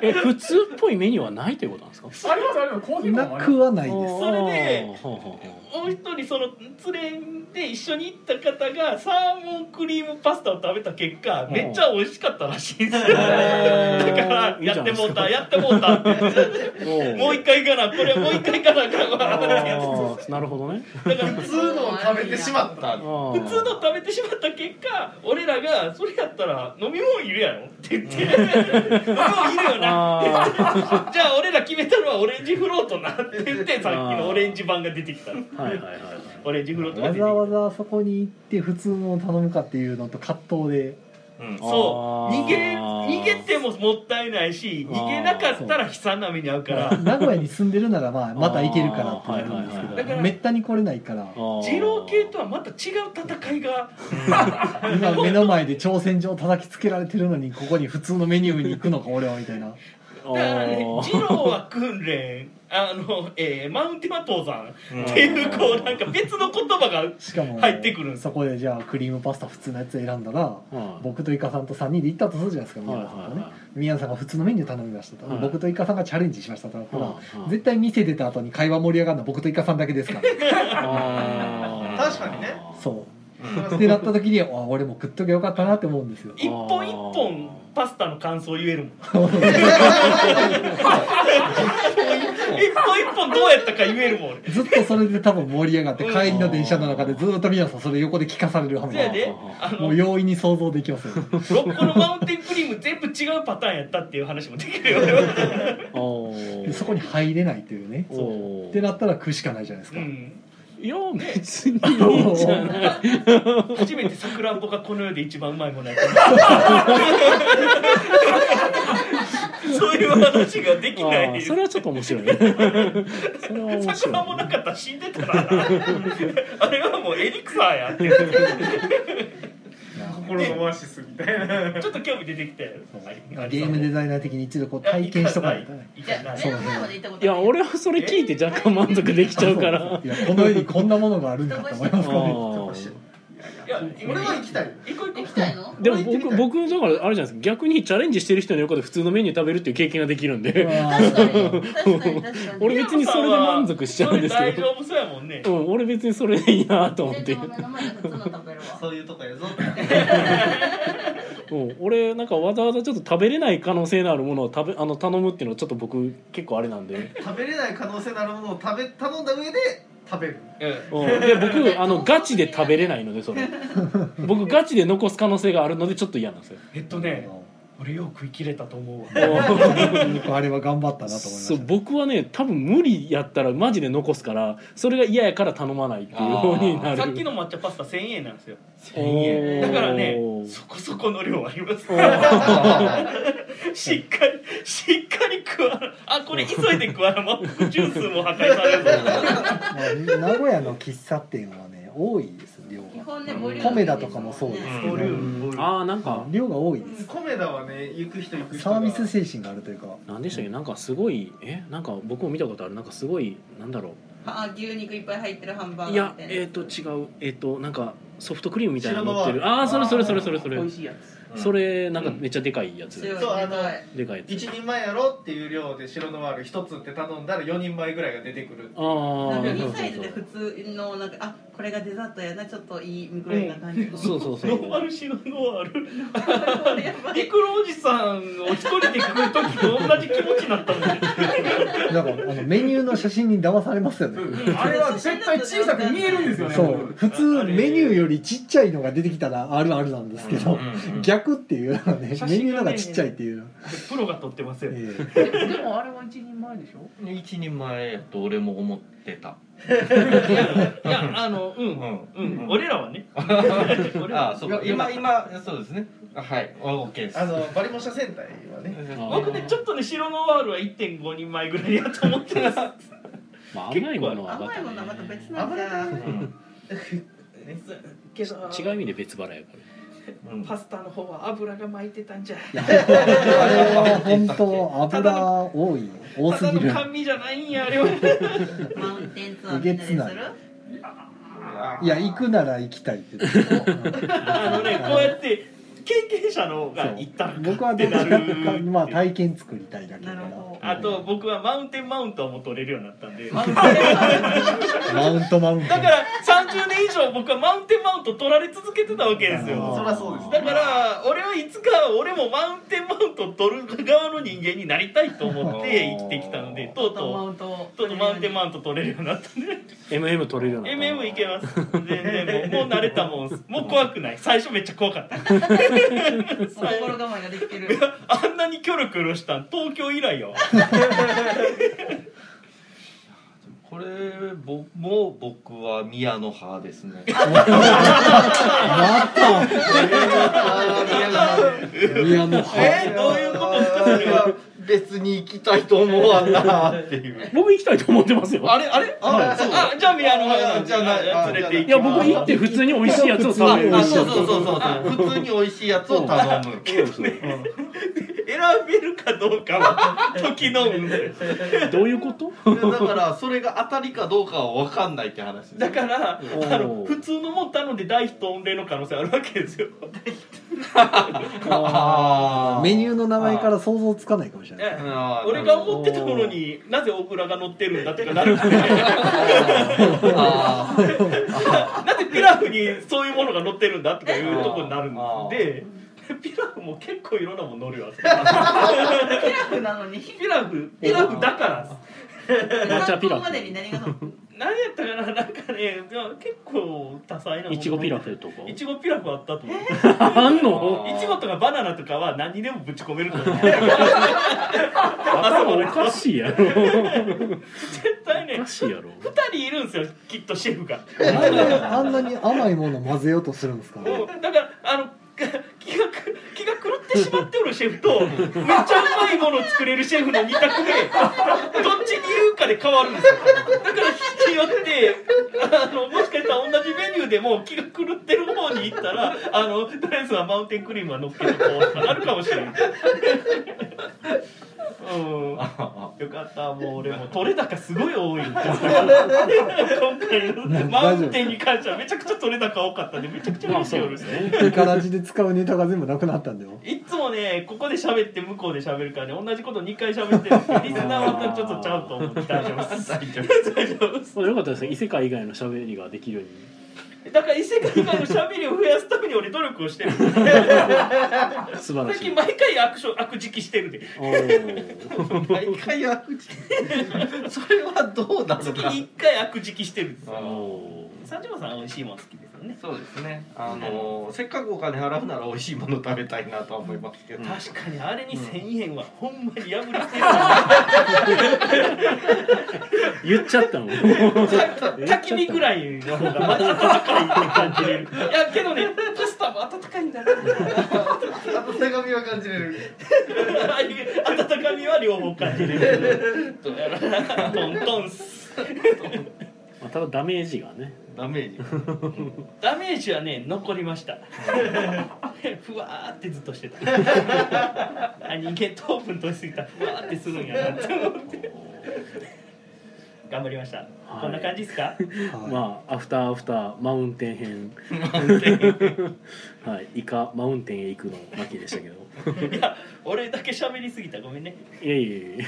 S1: え普通っぽいメニューはないということなんですか
S4: あれはあれはコーヒー
S2: な
S4: もあり
S2: くはないです
S1: そ
S3: れで
S1: ほうほうほう
S3: もう一人その連れで一緒に行った方がサーモンクリームパスタを食べた結果めっちゃ美味しかったらしいんですよだからやってもうたやってもうたってもう一回行かなこれもう一回行かなあかんわってやつ
S1: あーなるほどね
S3: だから普
S8: 普通のを食べてしまった
S1: 普
S3: 普通の食べてしまった結果俺らが「それやったら飲み物いるやろ」って言って 「飲み物いるよな」
S1: あ
S3: じゃあ俺ら決めたのはオレンジフロートなって言ってさっきのオレンジ版が出てきたの
S1: ーはいはいはいはい
S3: オレンジフロートが
S2: わ
S3: 出てき
S2: ざ
S3: た
S2: わざそこに行って普通のを頼むかっていうのと葛藤で
S7: うん
S3: そう
S1: あー
S3: 逃げ逃げてももったいないし逃げなかったら悲惨な目に遭うか
S2: まあ
S3: ら
S2: 名古屋に住んでるならまあまた行けるからってなるんです
S1: あーはいはいはい
S3: だ
S2: け
S3: か
S2: ど
S3: ら
S2: めったに来れないから
S3: 二郎系とはまた違う戦いが
S2: 今目の前で挑戦状叩きつけられてるのにここに普通のメニューに行くのか俺はみたいな
S3: だからね
S1: あー
S3: 二郎は訓練あの、えーマウンテンは登山っていうこうなんか別の言葉が
S2: しかも
S3: 入ってくるんです
S2: そこでじゃあクリームパスタ普通のやつ選んだら
S1: はい
S2: 僕とイカさんと3人で行ったとするじゃないですか
S1: は
S2: 宮
S1: いはいはい
S2: 野さんとね宮野さんが普通のメニュー頼みましたと、
S1: はい
S2: 僕とイカさんがチャレンジしましたとだったら、
S1: はいはい
S2: 絶対店出た後に会話盛り上がるのは僕とイカさんだけですから
S1: あー
S8: 確かにね
S2: そ
S8: うん
S2: うってなった時にあ俺も食っとけよかったなって思うんですよ
S3: 一本一本パスタの感想を言えるもん
S8: 一本一
S3: 一本一本どうやったか言えるもん俺
S2: ずっとそれで多分盛り上がって帰りの電車の中でずっと皆さんそれ横で聞かされるはず
S3: そやであ
S2: も
S3: の
S2: う容易に想像できますよ、ね、
S3: 6個のマウンテンクリーム全部違うパターンやったっていう話もできるよ俺は
S1: おー
S2: でそこに入れないっていうね
S1: お
S2: って
S1: ー
S2: なったら食うしかないじゃないです
S3: う
S2: か、
S3: ん
S1: いや別にいいんじゃない
S3: 初めてさくらんぼがこの世で一番うまいものやと思 うそういう話ができな
S1: あー
S3: い
S1: それはちょっと面白いねそれは面
S3: さくらんぼ
S1: 白
S3: なかったら死んでたなあれはもうエリクサーやって
S8: 心のオアシスみたいな。
S3: ちょっと興味出てきたよ
S2: そうゲームデザイナー的に一度こう体験しとかないとね
S3: い
S6: じゃ
S3: や
S6: あ
S3: ない
S6: 目の前まで行ったこ
S1: いい
S6: と
S1: や
S6: ない
S1: 俺はそれ聞いて若干満足できちゃうから
S2: いやこの世にこんなものがあるんだと思いますからね
S1: あー
S3: いや
S8: 俺は行きたい。
S3: 一個一個
S6: 行きたいの
S1: でも僕僕だからあれじゃないですか逆にチャレンジしてる人の横で普通のメニュー食べるっていう経験ができるんで
S6: 確かに確かに確かに
S1: 俺別にそれで満足しちゃうんですけ
S3: それ大丈夫そうやもんね
S1: ど、うん、俺別にそれでいいなと思っ
S6: 全
S1: て
S6: 然、目の前で普通の食べるわ
S8: そういうとこやぞ。
S1: うん、俺なんかわざわざちょっと食べれない可能性のあるものを食べあの頼むっていうのはちょっと僕結構あれなんで、
S8: 食べれない可能性のあるものを食べ頼んだ上で食べる。
S1: うん、で僕あのガチで食べれないのでそれ僕ガチで残す可能性があるのでちょっと嫌なんです よ
S3: えっとね俺よく食い切れたと思うわ
S2: よくあれは頑張ったなと思いました
S1: そう
S2: ね、
S1: 僕はね多分無理やったらマジで残すからそれが嫌やから頼まないっていう方になる
S3: さっきの抹茶パスタ1000円なんですよ
S1: おー
S3: だからねそこそこの量あります しっかりしっかり食わなあこれ急いで食わなマックジュースも破壊される
S2: まあ名古屋の喫茶店はね多いです量
S6: 基
S2: が
S6: 本ねボリューム
S2: コメダとかもそうですけど、
S8: ボリューム。ボリューム
S1: ああなんか
S2: 量が多いです
S8: コメダはね行く人行く人
S2: サー
S8: が。
S2: ビス精神があるというか
S1: なんでしたっけなんかすごいえなんか僕も見たことあるなんかすごいなんだろ
S6: あ牛肉いっぱい入ってるハンバ
S1: う
S6: ー
S1: い
S6: ガー
S1: や
S6: みたいな
S1: えっ、と違うえっ、となんかソフトクリームみたいなの乗って
S8: シ
S1: る
S8: ナモ
S1: ああーそれそれそれそれそれ
S5: 美味しいやつ
S1: それなんかめっちゃでかいやつ、
S6: 強い
S8: そうあ
S6: で
S8: の
S6: かい
S1: でかいやつ
S8: 一人前やろっていう量で白のワール一つって頼んだら四人前ぐらいが出てくる。
S1: ああ
S6: ミニサイズで普通のなんかあこれがデザートやなちょっといいみくらいな感じの、
S1: そうそうそう
S3: ノーアルシのノーアル
S6: これやば
S3: ピ
S6: い
S3: クロおじさんを一人で食う時と同じ気持ちになったもんね
S2: なんかあのメニューの写真に騙されますよね、
S4: あれは絶対小さく見えるんですよね
S2: そう普通メニューよりちっちゃいのが出てきたらあるあるなんですけど、逆っていうのはね
S3: 写
S2: メニ
S3: 真
S2: ュー
S3: が
S2: の
S3: ね
S2: がちっちゃいっていう、
S3: プロが撮ってますよ
S2: え
S5: でもあれは一人前でしょ
S9: 一人前やと俺も思ってた
S3: いやあのうん
S9: うん
S3: うん、俺らはね俺
S9: ああ
S3: らは
S9: そうか今今そうですねあはいあ OK です
S8: あのバリモシャ戦隊はね。
S3: 僕ねちょっとね白ノワールは1.5人前ぐらいやと思ってます
S1: まあ、甘いものはま
S6: 甘
S1: た
S6: い
S1: ね
S6: ものはまた別なんじゃん
S9: うん
S3: けど
S1: 違う意味で別腹やから
S9: うん
S3: パスタの方は油が巻いてたんじゃ
S2: あれは本当油多い多す
S3: ただ
S2: ぎ
S3: の
S2: る
S3: 甘味じゃないんやあれは
S6: マウンテンツアーみんなでする
S2: えげつないいや行くなら行きたいって言って
S3: あのねこうやって経験者の方が行ったら
S2: そう僕はどっちかっていうとまあ体験作りたいだけだか
S6: なるほ
S2: ら
S3: あと僕はマウンテンマウントも取れるようになったんでだか
S2: マウントマウント
S3: ら30年以上僕はマウンテンマウント取られ続けてたわけです
S2: あ
S3: よ
S2: ー
S8: そりゃそうです。
S3: だから俺はいつか俺もマウンテンマウント取る側の人間になりたいと思って生きてきたのでとう
S6: マ
S3: と
S6: ウント
S3: うとうとうマウンテンマウント取れるようになったんで
S1: MM 取れるようにな
S3: MM いけます全然もうもう慣れたもん もう怖くない最初めっちゃ怖かった
S6: 心構えができて る
S3: あんなにキョロキョロしたん東京以来よ
S9: これぼもう僕は宮の派ですね
S2: またいやもう
S9: えー、どういうことですかそれは別に行きたいと思わんなっていう
S1: 僕行きたいと思ってますよ
S9: あれあれあそう
S3: あじゃあ宮野派
S9: あじゃあないあ
S3: 連れて行
S1: い
S3: きま
S1: や
S3: す
S1: 僕行って普通に美味しいやつを食べる
S9: あそうそうそうそう普通に美味しいやつを頼む
S3: 選べるかどうかは 時の運で
S1: どういうこと
S9: だからそれが当たりかどうかは分かんないって話です
S3: だから
S1: おー
S3: あの普通のもん頼んで大ヒット御礼の可能性あるわけですよ
S9: あ
S2: メニューの名前から想像つかないかもしれない
S9: あー
S3: 俺が思ってたものになぜオクラが乗ってるんだってかな るんで
S9: あー
S3: なぜピラフにそういうものが乗ってるんだとかいうとこになるんで ピラフも結構いろんなもの乗るよ
S6: ピラフなのに
S3: ピラフピラフだから
S1: 抹茶ピラ
S6: 参考ま
S1: フ
S6: でに何がの
S3: 何やったかななんかねいや結構多彩な
S1: イチゴピラ
S3: フ
S1: フとか
S3: いちごピラフあったと思う
S1: あんの
S3: いちごとかバナナとかは何にでもぶち込めると思う
S1: 頭おかしいやろ
S3: 絶対
S1: お
S3: ね
S1: かしいやろ
S3: 二人いるんですよきっとシェフが
S2: なんであんなに甘いものを混ぜようとするんですか
S3: もうだからあの 気が気が狂ってしまっておるシェフとめっちゃうまいものを作れるシェフの二択でどっちに言うかで変わるんですよだから日によってあのもしかしたら同じメニューでも気が狂ってる方に行ったらあのとりあえずはマウンテンクリームは乗っけとこうとかなるかもしれない。うん、よかったもう俺も取れ高すごい多い今回のマウンテンに関してはめちゃくちゃ取れ高多かったんでめちゃくちゃ
S1: まあ
S3: 嬉しい
S1: そうで
S3: 俺ですす
S1: ね
S2: イカラジで使うネタが全部なくなったんだよ
S3: いつもねここで喋って向こうで喋るからね同じこと2回喋ってるんですけどリスナーはちょっとちゃんと期待してます大丈夫
S1: そうよかったですね異世界以外の喋りができるように
S3: だから異世界からの喋りを増やすために俺努力をしてる
S1: 素晴ら
S3: 最
S1: しい
S3: 近毎回悪所悪食きして るで
S1: おー
S9: 毎回悪事それはどうなの
S3: 月
S9: か
S3: に1回悪食きしてる
S1: お
S3: 三島さん美味しいもん好きですよね
S9: そうですねあのせっかくお金払うなら美味しいもの食べたいなとは思いますけど、
S3: 確かにあれに1000円はほんまに破り捨てる
S1: ー言っちゃったもん
S3: 焚き火ぐらいの方がまだ温かいって感じれるいやけどねパスタも温かいんだな
S9: あと手紙は感じれる
S3: 温かみは両方感じれるどうやらトントンっす
S1: まあただダメージがね
S9: ダメージは
S3: ダメージはね残りましたふわーってずっとしてたあ人間糖分取りすぎたふわーってするんやなって思って頑張りました、こんな感じですか
S2: は
S1: まあアフターアフターマウンテン編 はいイカマウンテンへ行くの巻でしたけど
S3: いや俺だけ喋りすぎたごめんね
S1: いやいやいや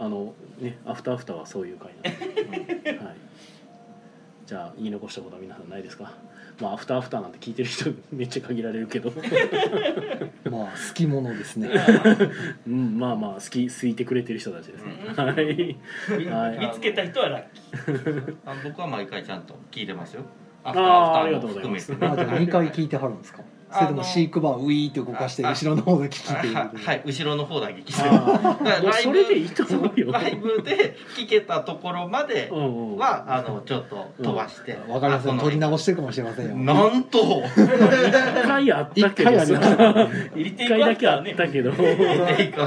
S1: あのねアフターアフターはそういう回なん で、うんはい、じゃあ言い残したことは皆さんないですかまあアフターアフターなんて聞いてる人 めっちゃ限られるけ ど、
S2: いまあ好きものですね
S1: うん、まあまあ好き好いてくれてる人たちですね、はい はい
S3: 見つけた人はラッキー
S9: あ僕は毎回ちゃんと聞いてますよア
S1: あー
S9: アも含めて
S1: あり
S2: あじゃあ2回聞いてはるんですかそれとも飼育バーウィーって動かして後ろの方で聞いてい る
S9: はいはい後ろの方だけ聞いてます
S1: あ
S9: だから
S1: ー
S9: ライ
S1: そ
S9: ブ
S1: れでいいと思うよ
S9: ライブで聞けたところまで
S1: うんうん
S9: はあのちょっと飛ばして、
S2: わかりま
S9: あ
S2: せ
S9: こ
S2: ん
S9: の
S2: 取り直してるかもしれませんよ
S9: なん と
S1: 一回あったけど
S2: 一回あ
S1: 一回だけあったけど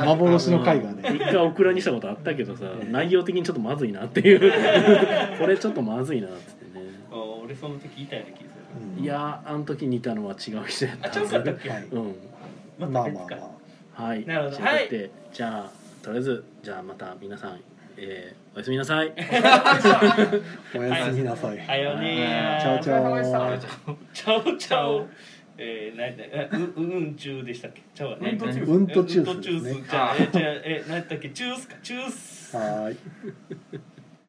S2: 幻の回がね
S1: 一回オクラにしたことあったけどさ内容的にちょっとまずいなっていうこれちょっとまずいなっつってね
S3: あ俺その時言いたいな気がする
S1: いやーあの時似たのは違う人やった
S3: あ
S1: はず
S3: ちゃうかったっけ、
S2: はい
S1: うん
S2: まあま
S3: また
S2: あ
S3: 別
S2: ま
S3: か
S2: あ
S1: はい
S3: なるほど
S1: じゃあ
S3: はい
S1: だってじゃあとりあえずじゃあまた皆さん、えー、おやすみなさい
S2: おやすみなさい
S3: あよねー
S2: チャオチャオ
S3: ちゃうちゃう。えー、なになに、う、うん、ちゅうでしたっけ。ちゃうわね。
S4: うんとチュー
S2: うんとチュ
S3: うんとチュ
S2: ースです
S3: ー
S2: ね
S3: スじゃあ、え、じゃあ、え、なんだっけ、チュースか、チュース。
S2: はーい